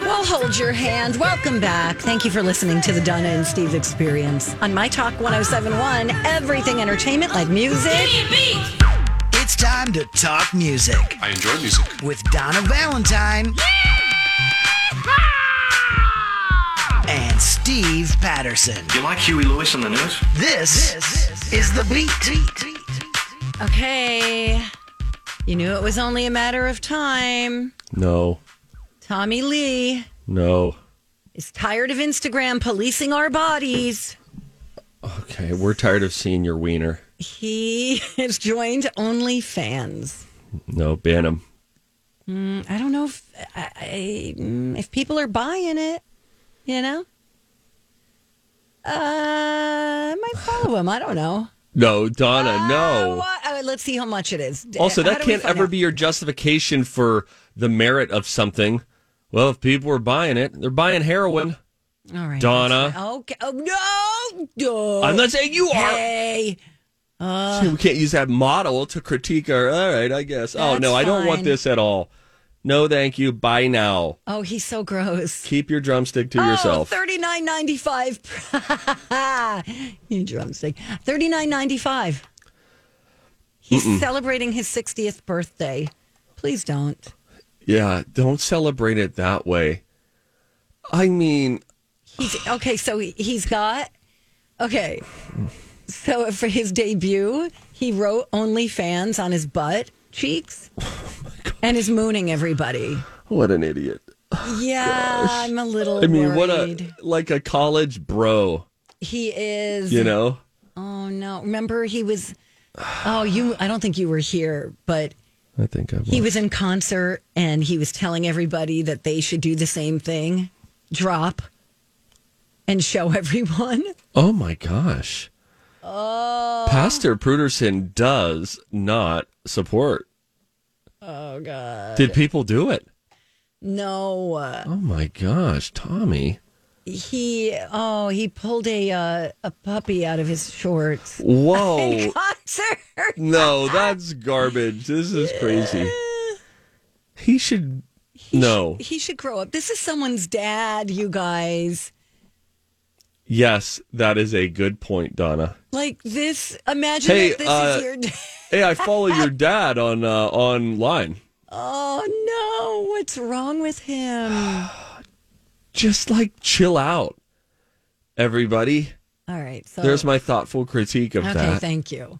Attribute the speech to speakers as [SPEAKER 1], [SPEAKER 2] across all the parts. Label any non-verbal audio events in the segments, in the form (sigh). [SPEAKER 1] We'll hold your hand. Welcome back. Thank you for listening to the Donna and Steve experience on My Talk 1071. Everything entertainment like music.
[SPEAKER 2] It's time to talk music
[SPEAKER 3] I enjoy music.
[SPEAKER 2] with Donna Valentine and Steve Patterson.
[SPEAKER 4] You like Huey Lewis on the news?
[SPEAKER 2] This, is the beat.
[SPEAKER 1] Okay. You knew it was only a matter of time.
[SPEAKER 5] No,
[SPEAKER 1] Tommy Lee
[SPEAKER 5] no.
[SPEAKER 1] is tired of Instagram policing our bodies.
[SPEAKER 5] Okay, we're tired of seeing your wiener.
[SPEAKER 1] He (laughs) has joined OnlyFans.
[SPEAKER 5] No, ban him.
[SPEAKER 1] I don't know if I, I, mm, if people are buying it, you know. Uh, I might follow him. I don't know.
[SPEAKER 5] No, Donna, no.
[SPEAKER 1] What? Uh, let's see how much it is. D-
[SPEAKER 5] Also,
[SPEAKER 1] Oh, how
[SPEAKER 5] that
[SPEAKER 1] do we
[SPEAKER 5] can't
[SPEAKER 1] find
[SPEAKER 5] ever
[SPEAKER 1] out?
[SPEAKER 5] be your justification for the merit of something. Well, if people are buying it, they're buying heroin.
[SPEAKER 1] All right,
[SPEAKER 5] Donna.
[SPEAKER 1] that's fine. Okay. Oh, no. no.
[SPEAKER 5] I'm not saying you are.
[SPEAKER 1] Hey.
[SPEAKER 5] we can't use that model to critique our. All right, I guess. Oh,
[SPEAKER 1] That's
[SPEAKER 5] no, I don't want
[SPEAKER 1] fine.
[SPEAKER 5] this at all. No, thank you. Buy now.
[SPEAKER 1] Oh, he's so gross.
[SPEAKER 5] Keep your drumstick to yourself.
[SPEAKER 1] Oh, thirty nine ninety (laughs) five. you drumstick. Thirty nine ninety five. He's celebrating his sixtieth birthday. Please don't.
[SPEAKER 5] yeah, don't celebrate it that way. I mean,
[SPEAKER 1] He's okay. So he- he's got okay. So for his debut, he wrote OnlyFans on his butt cheeks, and is mooning everybody.
[SPEAKER 5] what an idiot.
[SPEAKER 1] Yeah, I'm a little.
[SPEAKER 5] I mean, what
[SPEAKER 1] worried.
[SPEAKER 5] a like a college bro,
[SPEAKER 1] he is.
[SPEAKER 5] you know?
[SPEAKER 1] Oh no! Remember, he was. Oh, you. I don't think you were here, but
[SPEAKER 5] I think I will.
[SPEAKER 1] he was in concert and he was telling everybody that they should do the same thing, drop, and show (laughs) everyone.
[SPEAKER 5] Oh my gosh. Oh. Pastor Pruderson does not support.
[SPEAKER 1] Oh God!
[SPEAKER 5] Did people do it?
[SPEAKER 1] No. Uh,
[SPEAKER 5] Oh my gosh, Tommy.
[SPEAKER 1] he oh he pulled a uh, a puppy out of his shorts (laughs)
[SPEAKER 5] Whoa.
[SPEAKER 1] concert.
[SPEAKER 5] No, that's garbage. This is crazy. He should No.
[SPEAKER 1] he should grow up. This is someone's dad, you guys.
[SPEAKER 5] Yes, that is a good point, Donna.
[SPEAKER 1] Like this. Imagine
[SPEAKER 5] Hey,
[SPEAKER 1] if this
[SPEAKER 5] uh,
[SPEAKER 1] is your. dad.
[SPEAKER 5] Hey, I follow
[SPEAKER 1] (laughs)
[SPEAKER 5] your dad on uh, online.
[SPEAKER 1] Oh no! What's wrong with him?
[SPEAKER 5] (sighs) Just like chill out. Everybody,
[SPEAKER 1] All right. So
[SPEAKER 5] there's my thoughtful critique of
[SPEAKER 1] Oh. Okay,
[SPEAKER 5] that.
[SPEAKER 1] thank you.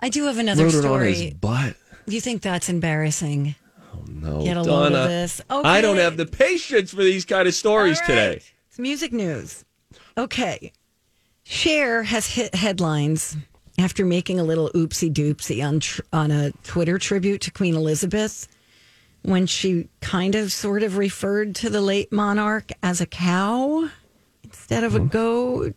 [SPEAKER 1] I do have another
[SPEAKER 5] Wrote it on his
[SPEAKER 1] story.
[SPEAKER 5] butt.
[SPEAKER 1] You think that's embarrassing?
[SPEAKER 5] No,
[SPEAKER 1] Get a load of
[SPEAKER 5] Donna,
[SPEAKER 1] this.
[SPEAKER 5] I don't
[SPEAKER 1] Okay.
[SPEAKER 5] have the patience for these kind of stories
[SPEAKER 1] All right.
[SPEAKER 5] today.
[SPEAKER 1] It's music news. Okay. Cher has hit headlines after making a little oopsie doopsie on tr- on a Twitter tribute to Queen Elizabeth when she kind of sort of referred to the late monarch as a cow instead of a goat.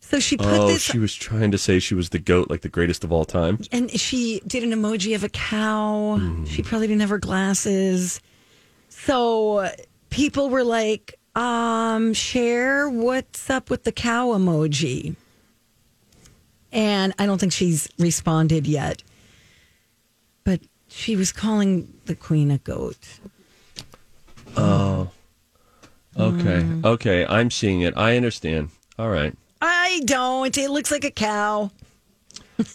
[SPEAKER 1] So she put
[SPEAKER 5] Oh,
[SPEAKER 1] this
[SPEAKER 5] she was trying to say she was the goat, like the greatest of all time.
[SPEAKER 1] and she did an emoji of a cow. She probably didn't have her glasses. So people were like, um, share what's up with the cow emoji. And I don't think she's responded yet. But she was calling the queen a goat.
[SPEAKER 5] Okay,
[SPEAKER 1] Mm.
[SPEAKER 5] okay, I'm seeing it. I understand. All right.
[SPEAKER 1] I don't. It looks like a cow. (laughs)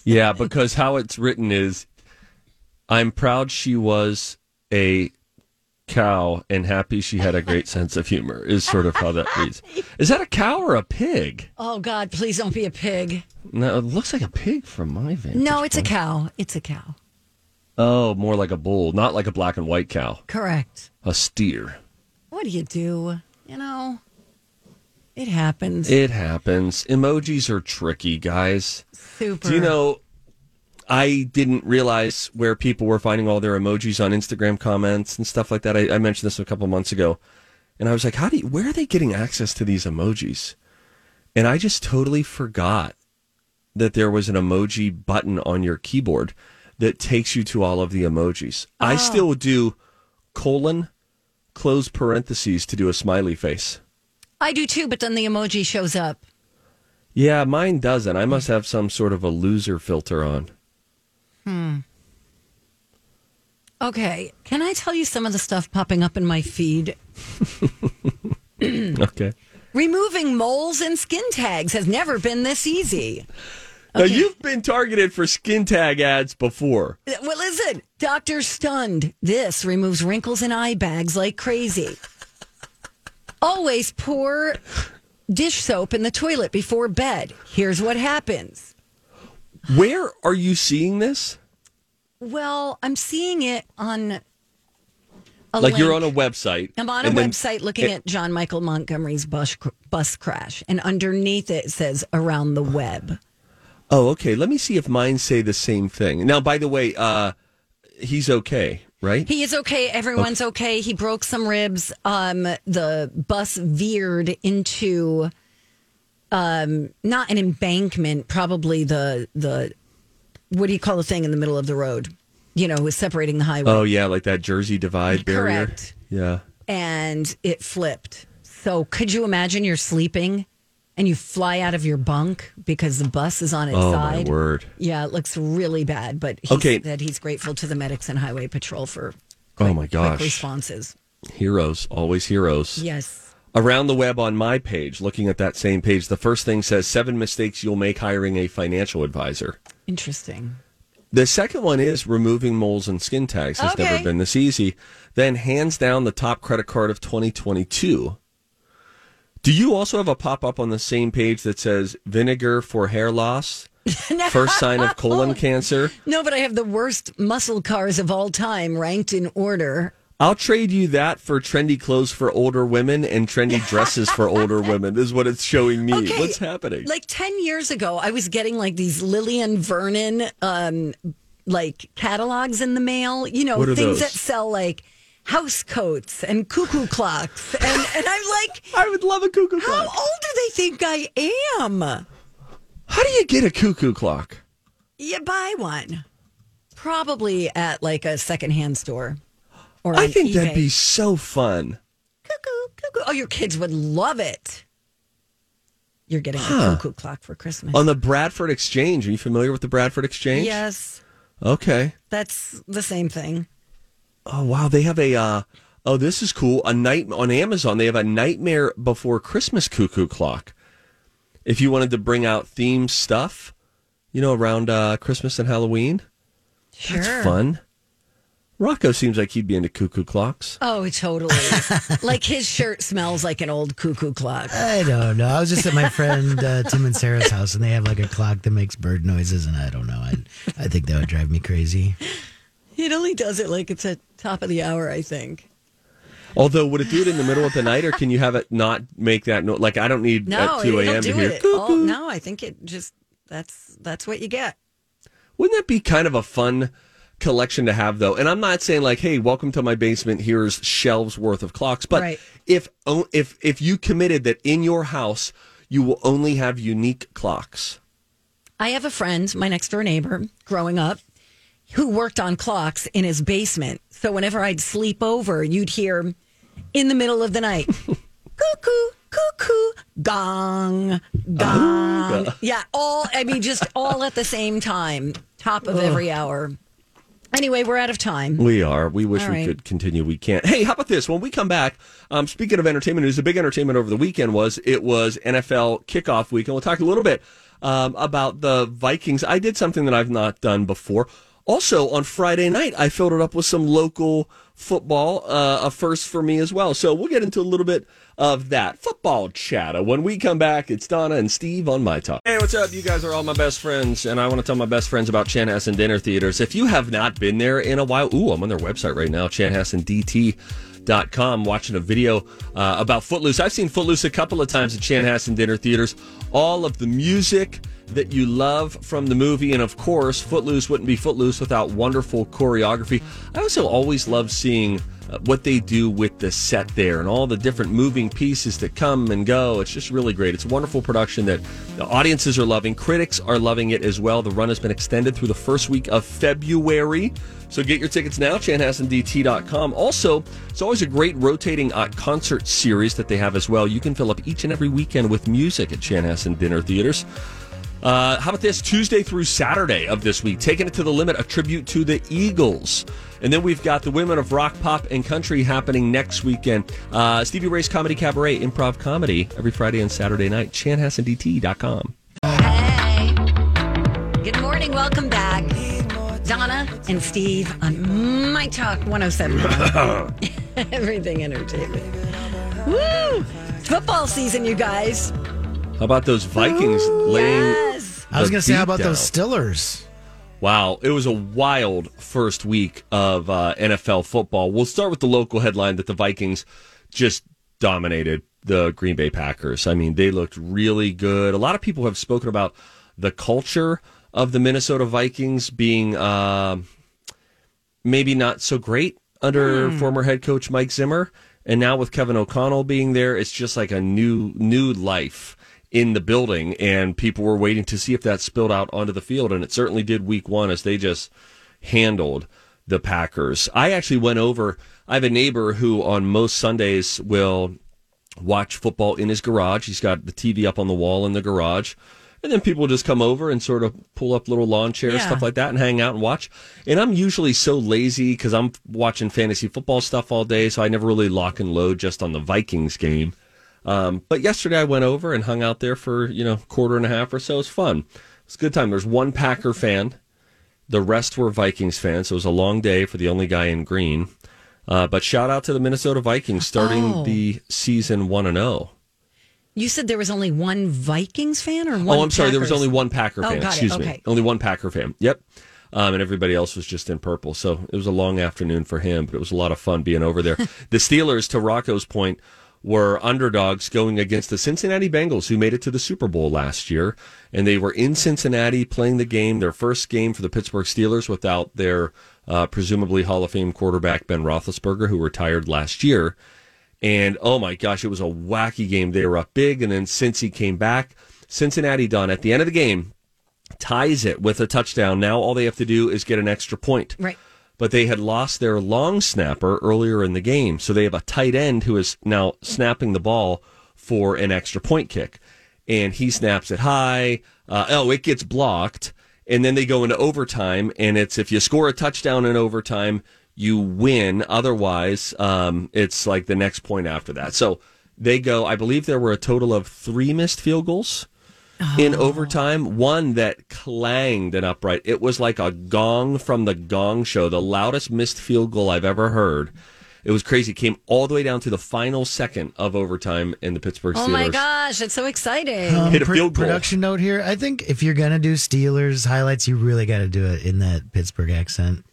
[SPEAKER 5] Yeah, because how it's written is, I'm proud she was a cow and happy she had a great sense of humor is sort of how that reads. Is that a cow or a pig?
[SPEAKER 1] Oh God, please don't be a pig.
[SPEAKER 5] No, it looks like a pig from my vantage.
[SPEAKER 1] No, it's a cow. It's a cow.
[SPEAKER 5] Oh, more like a bull, not like a black and white cow,
[SPEAKER 1] Correct.
[SPEAKER 5] a steer.
[SPEAKER 1] What do you do? You know, it happens.
[SPEAKER 5] It happens. Emojis are tricky, guys.
[SPEAKER 1] Super.
[SPEAKER 5] Do you know? I didn't realize where people were finding all their emojis on Instagram comments and stuff like that. I, I mentioned this a couple months ago, and I was like, "How do? You, where are they getting access to these emojis?" And I just totally forgot that there was an emoji button on your keyboard that takes you to all of the emojis. I still do colon close parentheses to do a smiley face.
[SPEAKER 1] I do too, but then the emoji shows up.
[SPEAKER 5] Yeah, mine doesn't. I must have some sort of a loser filter on.
[SPEAKER 1] Okay, can I tell you some of the stuff popping up in my feed? Mm.
[SPEAKER 5] Okay.
[SPEAKER 1] Removing moles and skin tags has never been this easy.
[SPEAKER 5] Now you've been targeted for skin tag ads before.
[SPEAKER 1] Well, listen, Doctor Stunned. This removes wrinkles and eye bags like crazy. Always pour dish soap in the toilet before bed. Here's what happens.
[SPEAKER 5] Where are you seeing this?
[SPEAKER 1] Well, I'm seeing it on. A
[SPEAKER 5] Like you're
[SPEAKER 1] link.
[SPEAKER 5] on a website.
[SPEAKER 1] I'm on a
[SPEAKER 5] and then- eh,
[SPEAKER 1] website looking at John Michael Montgomery's bus, bus crash, and underneath it says around the web.
[SPEAKER 5] Oh, okay. Let me see if mine say the same thing. Now, by the way, uh, he's okay, right?
[SPEAKER 1] He is okay.
[SPEAKER 5] Oh.
[SPEAKER 1] Everyone's okay. He broke some ribs. Um, the bus veered into um, not an embankment, probably the the what do you call the thing in the middle of the road? You know, was separating the highway,
[SPEAKER 5] oh yeah, like that Jersey Divide barrier.
[SPEAKER 1] Correct.
[SPEAKER 5] Yeah.
[SPEAKER 1] and it flipped. So, could you imagine you're sleeping and you fly out of your bunk because the bus is on its
[SPEAKER 5] Oh
[SPEAKER 1] side?
[SPEAKER 5] my word.
[SPEAKER 1] Yeah, it looks really bad, but he
[SPEAKER 5] Okay.
[SPEAKER 1] said he's grateful to the medics and highway patrol for
[SPEAKER 5] Oh my
[SPEAKER 1] quick
[SPEAKER 5] gosh.
[SPEAKER 1] responses.
[SPEAKER 5] Heroes, always heroes.
[SPEAKER 1] Yes.
[SPEAKER 5] Around the web on my page, looking at that same page, the first thing says seven mistakes you'll make hiring a financial advisor.
[SPEAKER 1] Interesting.
[SPEAKER 5] The second one is removing moles and skin tags has
[SPEAKER 1] Okay.
[SPEAKER 5] never been this easy. Then hands down the top credit card of 2022. Do you also have a pop up on the same page that says vinegar for hair loss?
[SPEAKER 1] (laughs)
[SPEAKER 5] First sign of colon cancer.
[SPEAKER 1] No, but I have the worst muscle cars of all time ranked in order.
[SPEAKER 5] I'll trade you that for trendy clothes for older women and trendy dresses for older women. This is what it's showing me.
[SPEAKER 1] (laughs) Okay,
[SPEAKER 5] What's happening?
[SPEAKER 1] Like 10 years ago, I was getting like these Lillian Vernon um like catalogs in the mail, you know,
[SPEAKER 5] What are
[SPEAKER 1] things that
[SPEAKER 5] those?
[SPEAKER 1] sell like house coats and cuckoo clocks. And and I'm
[SPEAKER 5] (laughs)
[SPEAKER 1] like,
[SPEAKER 5] I would love a cuckoo
[SPEAKER 1] how
[SPEAKER 5] clock.
[SPEAKER 1] old do they think I am?
[SPEAKER 5] How do you get a cuckoo clock?
[SPEAKER 1] You buy one. Probably at like a secondhand store. Or
[SPEAKER 5] I
[SPEAKER 1] on
[SPEAKER 5] think that'd
[SPEAKER 1] eBay.
[SPEAKER 5] be so fun.
[SPEAKER 1] cuckoo, cuckoo. Oh, your kids would love it. You're getting a cuckoo clock for Christmas.
[SPEAKER 5] On the Bradford Exchange. Are you familiar with the Bradford Exchange?
[SPEAKER 1] yes,
[SPEAKER 5] Okay.
[SPEAKER 1] that's the same thing.
[SPEAKER 5] Oh wow, they have a uh, oh this is cool. A night on Amazon, they have a Nightmare Before Christmas cuckoo clock. If you wanted to bring out theme stuff, you know, around uh, Christmas and Halloween,
[SPEAKER 1] Sure.
[SPEAKER 5] it's fun. Rocco seems like he'd be into cuckoo clocks.
[SPEAKER 1] Oh,
[SPEAKER 5] (laughs)
[SPEAKER 1] totally. like his shirt smells like an old cuckoo clock.
[SPEAKER 2] I don't know. I was just at my friend uh, Tim and Sarah's house, and they have like a clock that makes bird noises, and I don't know. I, I think that would drive me crazy.
[SPEAKER 1] It only does it like it's at top of the hour, I think.
[SPEAKER 5] Although, would it do it in the middle of the night, or can you have it not make that noise? Like, I don't need
[SPEAKER 1] No,
[SPEAKER 5] at
[SPEAKER 1] it,
[SPEAKER 5] two
[SPEAKER 1] it'll
[SPEAKER 5] a.m. to
[SPEAKER 1] do
[SPEAKER 5] hear.
[SPEAKER 1] it.
[SPEAKER 5] cuckoo.
[SPEAKER 1] Oh, no, I think it just that's that's what you get.
[SPEAKER 5] Wouldn't that be kind of a fun collection to have, though? And I'm not saying like, "Hey, welcome to my basement. Here's shelves worth of clocks." But
[SPEAKER 1] Right.
[SPEAKER 5] if o- if if you committed that in your house, you will only have unique clocks.
[SPEAKER 1] I have a friend, my next door neighbor, growing up, who worked on clocks in his basement. So whenever I'd sleep over, you'd hear in the middle of the night, cuckoo, cuckoo, gong, gong. Yeah, all, I mean, just all at the same time, top of every hour. Anyway, we're out of time.
[SPEAKER 5] We are. We wish
[SPEAKER 1] All
[SPEAKER 5] we
[SPEAKER 1] right.
[SPEAKER 5] could continue. We can't. Hey, how about this? When we come back, um, speaking of entertainment news, the big entertainment over the weekend was it was NFL kickoff week, and we'll talk a little bit um, about the Vikings. I did something that I've not done before. Also, on Friday night, I filled it up with some local football, uh, a first for me as well. So we'll get into a little bit of that football chatter. When we come back, it's Donna and Steve on My Talk. Hey, what's up? You guys are all my best friends, and I want to tell my best friends about Chanhassen Dinner Theaters. If you have not been there in a while, ooh, I'm on their website right now, chanhassendt.com, watching a video uh, about Footloose. I've seen Footloose a couple of times at Chanhassen Dinner Theaters. All of the music that you love from the movie. And of course, Footloose wouldn't be Footloose without wonderful choreography. I also always love seeing uh, what they do with the set there and all the different moving pieces that come and go. It's just really great. It's a wonderful production that the audiences are loving, critics are loving it as well. The run has been extended through the first week of February. So get your tickets now, chanhassendt.com. Also, it's always a great rotating uh, concert series that they have as well. You can fill up each and every weekend with music at Chanhassen Dinner Theaters. Uh, how about this Tuesday through Saturday of this week, taking it to the limit, a tribute to the Eagles. And then we've got the Women of Rock, Pop, and Country happening next weekend. Uh, Stevie Ray's Comedy Cabaret, improv comedy every Friday and Saturday night. ChanhassenDT.com.
[SPEAKER 1] Hey. Good morning. Welcome back. Donna and Steve on My Talk
[SPEAKER 5] (laughs)
[SPEAKER 1] 107. Everything entertainment. Woo! It's football season, you guys.
[SPEAKER 5] How about those Vikings laying?
[SPEAKER 1] Yes.
[SPEAKER 2] I was
[SPEAKER 5] the
[SPEAKER 2] going to say, how
[SPEAKER 5] beat
[SPEAKER 2] about
[SPEAKER 5] down?
[SPEAKER 2] those Stillers?
[SPEAKER 5] Wow, it was a wild first week of uh, NFL football. We'll start with the local headline that the Vikings just dominated the Green Bay Packers. I mean, they looked really good. A lot of people have spoken about the culture of the Minnesota Vikings being um maybe not so great under former head coach Mike Zimmer, and now with Kevin O'Connell being there, it's just like a new new life in the building, and people were waiting to see if that spilled out onto the field, and it certainly did week one as they just handled the Packers. I actually went over. I have a neighbor who on most Sundays will watch football in his garage. He's got the TV up on the wall in the garage. And then people just come over and sort of pull up little lawn chairs,
[SPEAKER 1] Yeah.
[SPEAKER 5] stuff like that, and hang out and watch. And I'm usually so lazy because I'm watching fantasy football stuff all day, so I never really lock and load just on the Vikings game. Um, but yesterday I went over and hung out there for, you know, quarter and a half or so. It was fun. It's a good time. There's one Packer fan. The rest were Vikings fans. So it was a long day for the only guy in green. Uh, but shout out to the Minnesota Vikings starting
[SPEAKER 1] Oh.
[SPEAKER 5] the season 1 and oh. 0.
[SPEAKER 1] You said there was only one Vikings fan or one
[SPEAKER 5] Oh, I'm sorry. There was
[SPEAKER 1] Packers?
[SPEAKER 5] only one Packer
[SPEAKER 1] Oh,
[SPEAKER 5] fan.
[SPEAKER 1] got it.
[SPEAKER 5] Excuse me.
[SPEAKER 1] Okay.
[SPEAKER 5] Only one Packer fan. Yep. Um, and everybody else was just in purple. So it was a long afternoon for him, but it was a lot of fun being over
[SPEAKER 1] (laughs)
[SPEAKER 5] there. the Steelers, to Rocco's point, were underdogs going against the Cincinnati Bengals, who made it to the Super Bowl last year. And they were in Cincinnati playing the game, their first game for the Pittsburgh Steelers without their uh, presumably Hall of Fame quarterback, Ben Roethlisberger, who retired last year. And oh my gosh, it was a wacky game. They were up big, and then since he came back, Cincinnati done at the end of the game ties it with a touchdown. Now all they have to do is get an extra point.
[SPEAKER 1] Right.
[SPEAKER 5] But they had lost their long snapper earlier in the game, so they have a tight end who is now snapping the ball for an extra point kick, and he snaps it high. Uh, oh, it gets blocked, and then they go into overtime, and it's if you score a touchdown in overtime, you win. Otherwise, um, it's like the next point after that. So they go. I believe there were a total of three missed field goals in
[SPEAKER 1] Oh.
[SPEAKER 5] overtime, one that clanged an upright. It was like a gong from the gong show, the loudest missed field goal I've ever heard. It was crazy. It came all the way down to the final second of overtime in the Pittsburgh Steelers.
[SPEAKER 1] Oh my gosh, it's so exciting.
[SPEAKER 2] Um,
[SPEAKER 5] Hit a field goal.
[SPEAKER 2] production note here. I think if you're going to do Steelers highlights, you really got to do it in that Pittsburgh accent.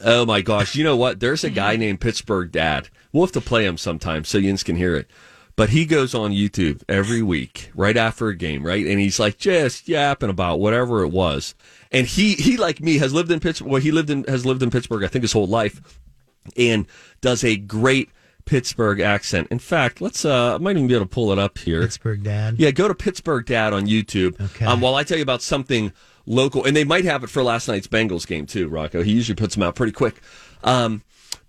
[SPEAKER 5] Oh my gosh. You know what? There's a guy named Pittsburgh Dad. We'll have to play him sometime so Yins can hear it. But he goes on YouTube every week, right after a game, right? And he's like just yapping about whatever it was. And he he like me has lived in Pittsburgh well, he lived in has lived in Pittsburgh, I think, his whole life and does a great Pittsburgh accent. In fact, let's uh I might even be able to pull it up here.
[SPEAKER 2] Pittsburgh dad.
[SPEAKER 5] Yeah, go to Pittsburgh Dad on YouTube.
[SPEAKER 2] Okay.
[SPEAKER 5] Um, while I tell you about something local, and they might have it for last night's Bengals game too, Rocco. He usually puts them out pretty quick. Um,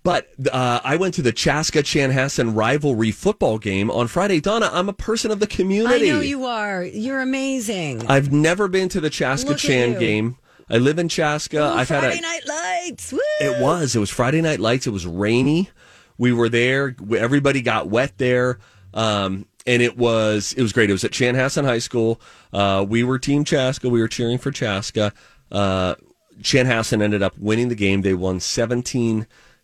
[SPEAKER 5] but uh, I went to the Chaska Chanhassen rivalry football game on Friday. Donna, I'm a person of the
[SPEAKER 1] I
[SPEAKER 5] community.
[SPEAKER 1] know you are. You're amazing.
[SPEAKER 5] I've never been to the Chaska
[SPEAKER 1] Look at
[SPEAKER 5] Chan
[SPEAKER 1] you.
[SPEAKER 5] game. I live in Chaska. uh, I've
[SPEAKER 1] Friday
[SPEAKER 5] had a,
[SPEAKER 1] Night Lights. Woo!
[SPEAKER 5] it was. It was Friday Night Lights. It was rainy. We were there. Everybody got wet there. Um, and it was it was great. It was at Chanhassen High School. Uh, we were Team Chaska. We were cheering for Chaska. Uh, Chanhassen ended up winning the game. They won 17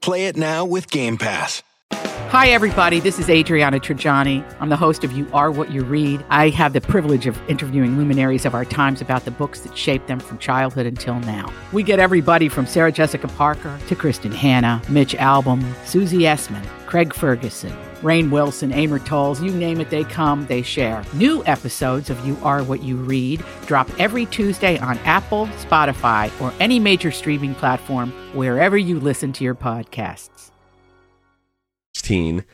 [SPEAKER 6] Play it now with Game Pass.
[SPEAKER 7] Hi, everybody. This is Adriana Trajani. I'm the host of You Are What You Read. I have the privilege of interviewing luminaries of our times about the books that shaped them from childhood until now. We get everybody from Sarah Jessica Parker to Kristen Hanna, Mitch Albom, Susie Essman, Craig Ferguson, Rain Wilson, Amor Tolls, you name it, they come, they share. New episodes of You Are What You Read drop every Tuesday on Apple, Spotify, or any major streaming platform wherever you listen to your podcasts.
[SPEAKER 5] 16,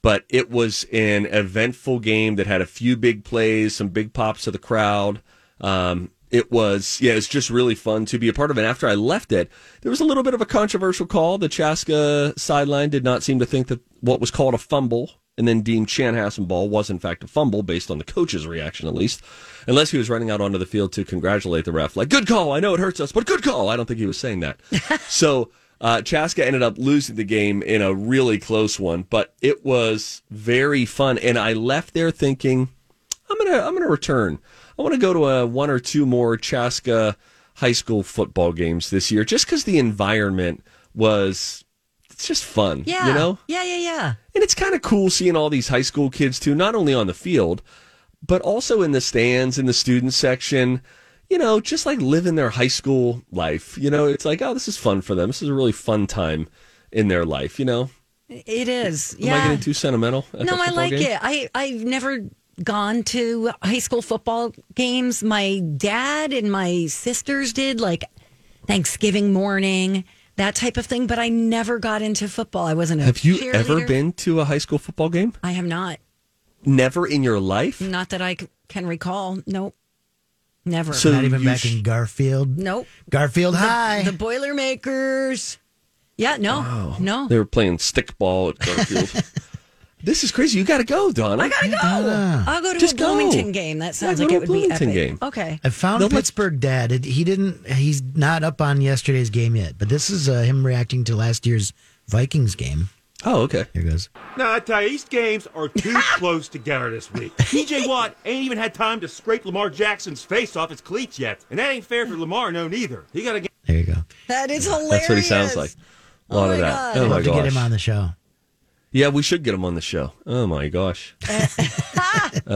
[SPEAKER 5] but it was an eventful game that had a few big plays, some big pops to the crowd. Um, it was, yeah, it was just really fun to be a part of. And after I left it, there was a little bit of a controversial call. The Chaska sideline did not seem to think that what was called a fumble and then deemed Chanhassen ball was in fact a fumble based on the coach's reaction at least, unless he was running out onto the field to congratulate the ref. Like, good call. I know it hurts us, but good call. I don't think he was saying that. so uh, Chaska ended up losing the game in a really close one, but it was very fun. And I left there thinking, I'm gonna I'm gonna return. I want to go to a one or two more Chaska high school football games this year, just because the environment was it's just fun.
[SPEAKER 1] Yeah.
[SPEAKER 5] you know.
[SPEAKER 1] Yeah, yeah, yeah.
[SPEAKER 5] And it's kind of cool seeing all these high school kids too, not only on the field, but also in the stands, in the student section, you know, just like living their high school life. You know, it's like, oh, this is fun for them. This is a really fun time in their life, you know?
[SPEAKER 1] It is.
[SPEAKER 5] Am I
[SPEAKER 1] Yeah.
[SPEAKER 5] getting too sentimental? At
[SPEAKER 1] no,
[SPEAKER 5] the
[SPEAKER 1] I
[SPEAKER 5] football
[SPEAKER 1] like
[SPEAKER 5] game?
[SPEAKER 1] it. I I've never gone to high school football games. My dad and my sisters did like Thanksgiving morning, that type of thing, but I never got into football. I wasn't a
[SPEAKER 5] Have you ever
[SPEAKER 1] cheerleader.
[SPEAKER 5] been to a high school football game?
[SPEAKER 1] I have not.
[SPEAKER 5] Never in your life?
[SPEAKER 1] Not that I c- can recall. Nope. Never.
[SPEAKER 5] So-
[SPEAKER 2] Not even
[SPEAKER 5] you
[SPEAKER 2] back
[SPEAKER 5] sh-
[SPEAKER 2] in Garfield.
[SPEAKER 1] nope.
[SPEAKER 2] Garfield High.
[SPEAKER 1] The Boilermakers. Yeah, no. No.
[SPEAKER 5] They were playing stickball at
[SPEAKER 2] (laughs)
[SPEAKER 5] Garfield. this is crazy. You got to go, Donna.
[SPEAKER 1] I gotta go. I'll go to
[SPEAKER 5] Just
[SPEAKER 1] a
[SPEAKER 5] go.
[SPEAKER 1] Bloomington game. That sounds
[SPEAKER 5] Yeah,
[SPEAKER 1] like
[SPEAKER 5] go to
[SPEAKER 1] it
[SPEAKER 5] a
[SPEAKER 1] would be
[SPEAKER 5] Bloomington
[SPEAKER 1] epic.
[SPEAKER 5] game.
[SPEAKER 1] Okay.
[SPEAKER 2] I found
[SPEAKER 5] They'll play-
[SPEAKER 2] Pittsburgh dad. It, he didn't. He's not up on yesterday's game yet. But this is uh, him reacting to last year's Vikings game.
[SPEAKER 5] Oh, okay.
[SPEAKER 2] Here goes.
[SPEAKER 3] Nah, I tell you, these games are
[SPEAKER 1] (laughs)
[SPEAKER 3] too close together this week. TJ Watt ain't even had time to scrape Lamar Jackson's face off his cleats yet. And that ain't fair for Lamar, no, neither. He got to get.
[SPEAKER 2] There you go.
[SPEAKER 1] That is hilarious.
[SPEAKER 5] That's what he sounds like. A lot
[SPEAKER 1] Oh
[SPEAKER 5] of
[SPEAKER 1] my
[SPEAKER 5] that.
[SPEAKER 1] God.
[SPEAKER 5] Oh,
[SPEAKER 2] I'd
[SPEAKER 5] my
[SPEAKER 2] love to
[SPEAKER 5] gosh.
[SPEAKER 2] get him on the show.
[SPEAKER 5] Yeah, we should get him on the show. Oh my gosh!
[SPEAKER 1] That's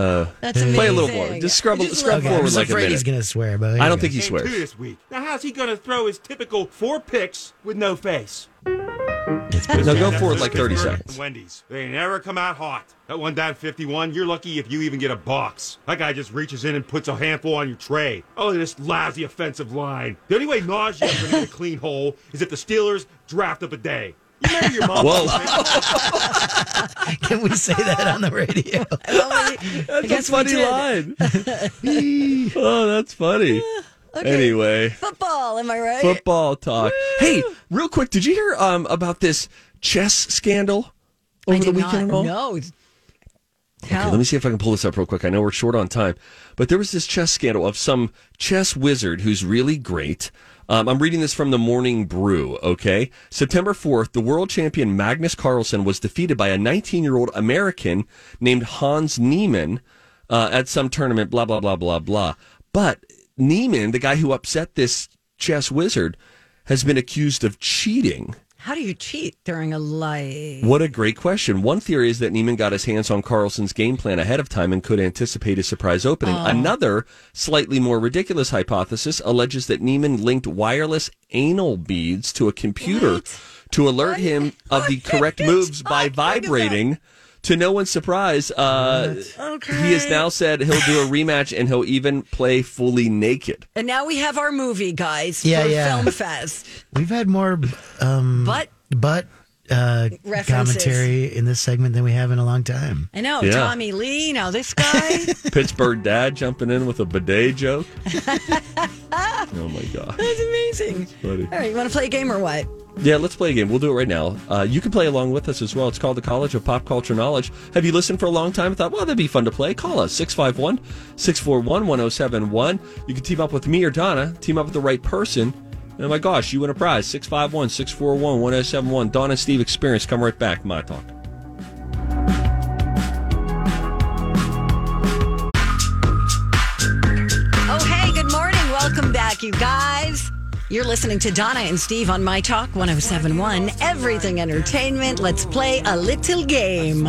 [SPEAKER 1] amazing.
[SPEAKER 5] Play a little more. Just scrub,
[SPEAKER 1] I just
[SPEAKER 5] scrub
[SPEAKER 1] love
[SPEAKER 2] Okay, I'm
[SPEAKER 5] forward
[SPEAKER 2] just
[SPEAKER 5] like a
[SPEAKER 2] afraid
[SPEAKER 5] minute.
[SPEAKER 2] he's gonna swear, but here
[SPEAKER 5] I
[SPEAKER 2] you
[SPEAKER 5] don't
[SPEAKER 2] go.
[SPEAKER 5] think he
[SPEAKER 3] Game two
[SPEAKER 1] (laughs)
[SPEAKER 5] swears.
[SPEAKER 3] this week. Now, how's he going to throw his typical four picks with no face?
[SPEAKER 2] (laughs) It's pretty
[SPEAKER 5] No, go
[SPEAKER 2] bad.
[SPEAKER 5] for it
[SPEAKER 2] (laughs)
[SPEAKER 5] like 30
[SPEAKER 3] Pittsburgh
[SPEAKER 5] seconds.
[SPEAKER 3] and Wendy's. They never come out hot. That one down 51, you're lucky if you even get a box. That guy just reaches in and puts a handful on your tray. Oh, this lousy offensive line. The only way nausea is going to get a clean hole is if the Steelers draft up a day. You remember your mom.
[SPEAKER 5] Whoa.
[SPEAKER 2] Can we say that on the
[SPEAKER 1] (laughs)
[SPEAKER 2] radio?
[SPEAKER 1] I
[SPEAKER 5] That's
[SPEAKER 1] guess
[SPEAKER 5] a
[SPEAKER 1] we
[SPEAKER 5] funny
[SPEAKER 1] did.
[SPEAKER 5] line. (laughs) oh, that's
[SPEAKER 1] (laughs)
[SPEAKER 5] funny. Anyway,
[SPEAKER 1] Football, am I right?
[SPEAKER 5] football talk. Hey, real quick, did you hear um, about this chess scandal over
[SPEAKER 1] I
[SPEAKER 5] the
[SPEAKER 1] did
[SPEAKER 5] weekend
[SPEAKER 1] not.
[SPEAKER 5] at all?
[SPEAKER 1] No.
[SPEAKER 5] Okay,
[SPEAKER 1] Hell.
[SPEAKER 5] let me see if I can pull this up real quick. I know we're short on time, but there was this chess scandal of some chess wizard who's really great. Um, I'm reading this from the Morning Brew, okay? September 4th, the world champion Magnus Carlsen was defeated by a 19 year old American named Hans Niemann uh, at some tournament, blah, blah, blah, blah, blah. But Niemann, the guy who upset this chess wizard, has been accused of cheating.
[SPEAKER 1] How do you cheat during a live?
[SPEAKER 5] What a great question. One theory is that Neiman got his hands on Carlson's game plan ahead of time and could anticipate his surprise opening. Another, slightly more ridiculous hypothesis alleges that Neiman linked wireless anal beads to a computer to alert him of the correct moves by vibrating. To no one's surprise, uh, he has now said he'll do a rematch and he'll even play fully naked.
[SPEAKER 1] And now we have our movie, guys.
[SPEAKER 2] Yeah,
[SPEAKER 1] for
[SPEAKER 2] yeah.
[SPEAKER 1] Film Fest.
[SPEAKER 5] Mm.
[SPEAKER 2] We've had more um,
[SPEAKER 1] But
[SPEAKER 2] butt uh,
[SPEAKER 1] References.
[SPEAKER 2] commentary in this segment than we have in a long time.
[SPEAKER 1] I know
[SPEAKER 5] Yeah.
[SPEAKER 1] Tommy Lee. Now
[SPEAKER 5] (laughs)
[SPEAKER 1] this guy.
[SPEAKER 5] Pittsburgh dad jumping in with a bidet joke. oh my god,
[SPEAKER 1] That's amazing.
[SPEAKER 5] buddy.
[SPEAKER 1] All right, you want to play a game or what?
[SPEAKER 5] Yeah, let's play a game. We'll do it right now. Uh, you can play along with us as well. It's called the College of Pop Culture Knowledge. Have you listened for a long time and thought, well, that'd be fun to play? Call us 651 641 1071. You can team up with me or Donna, team up with the right person. And my gosh, you win a prize 651 641 1071. Donna and Steve Experience. Come right back. My talk.
[SPEAKER 1] Oh, hey, good morning. Welcome back, you guys. You're listening to Donna and Steve on My Talk 1071, Everything Entertainment. Let's play a little game.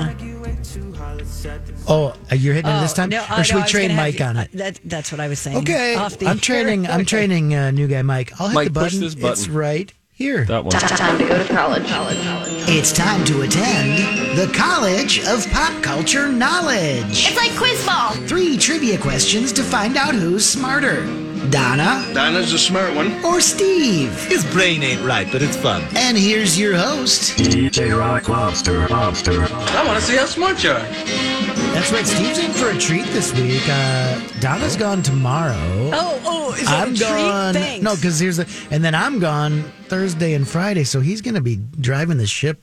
[SPEAKER 2] Oh, uh, you're hitting it this time,
[SPEAKER 1] No,
[SPEAKER 2] or
[SPEAKER 1] I
[SPEAKER 2] should
[SPEAKER 1] know, I
[SPEAKER 2] we
[SPEAKER 1] was
[SPEAKER 2] train
[SPEAKER 1] gonna have
[SPEAKER 2] Mike
[SPEAKER 1] you- uh,
[SPEAKER 2] on it?
[SPEAKER 1] That, that's what I was saying.
[SPEAKER 2] Okay,
[SPEAKER 1] (laughs) Off the
[SPEAKER 2] I'm training.
[SPEAKER 1] air.
[SPEAKER 2] I'm training uh, new guy Mike. I'll hit
[SPEAKER 5] Mike,
[SPEAKER 2] the
[SPEAKER 5] push
[SPEAKER 2] button.
[SPEAKER 5] this button.
[SPEAKER 2] It's right here.
[SPEAKER 5] That one.
[SPEAKER 8] Time to go to college.
[SPEAKER 2] It's time to attend the College of Pop Culture Knowledge.
[SPEAKER 4] It's like quiz ball.
[SPEAKER 2] Three trivia questions to find out who's smarter Donna
[SPEAKER 6] Dinah's a smart one.
[SPEAKER 2] or Steve.
[SPEAKER 9] His brain ain't right, but it's fun.
[SPEAKER 2] And here's your host.
[SPEAKER 9] DJ Rock Lobster, Lobster.
[SPEAKER 6] I want to see how smart you are.
[SPEAKER 2] That's right, Steve's in for a treat this week. Uh, Donna's gone tomorrow.
[SPEAKER 1] (laughs) Oh, oh, is it
[SPEAKER 2] I'm
[SPEAKER 1] a treat?
[SPEAKER 2] gone.
[SPEAKER 1] Thanks.
[SPEAKER 2] No, because here's the. And then I'm gone Thursday and Friday, so he's going to be driving the ship.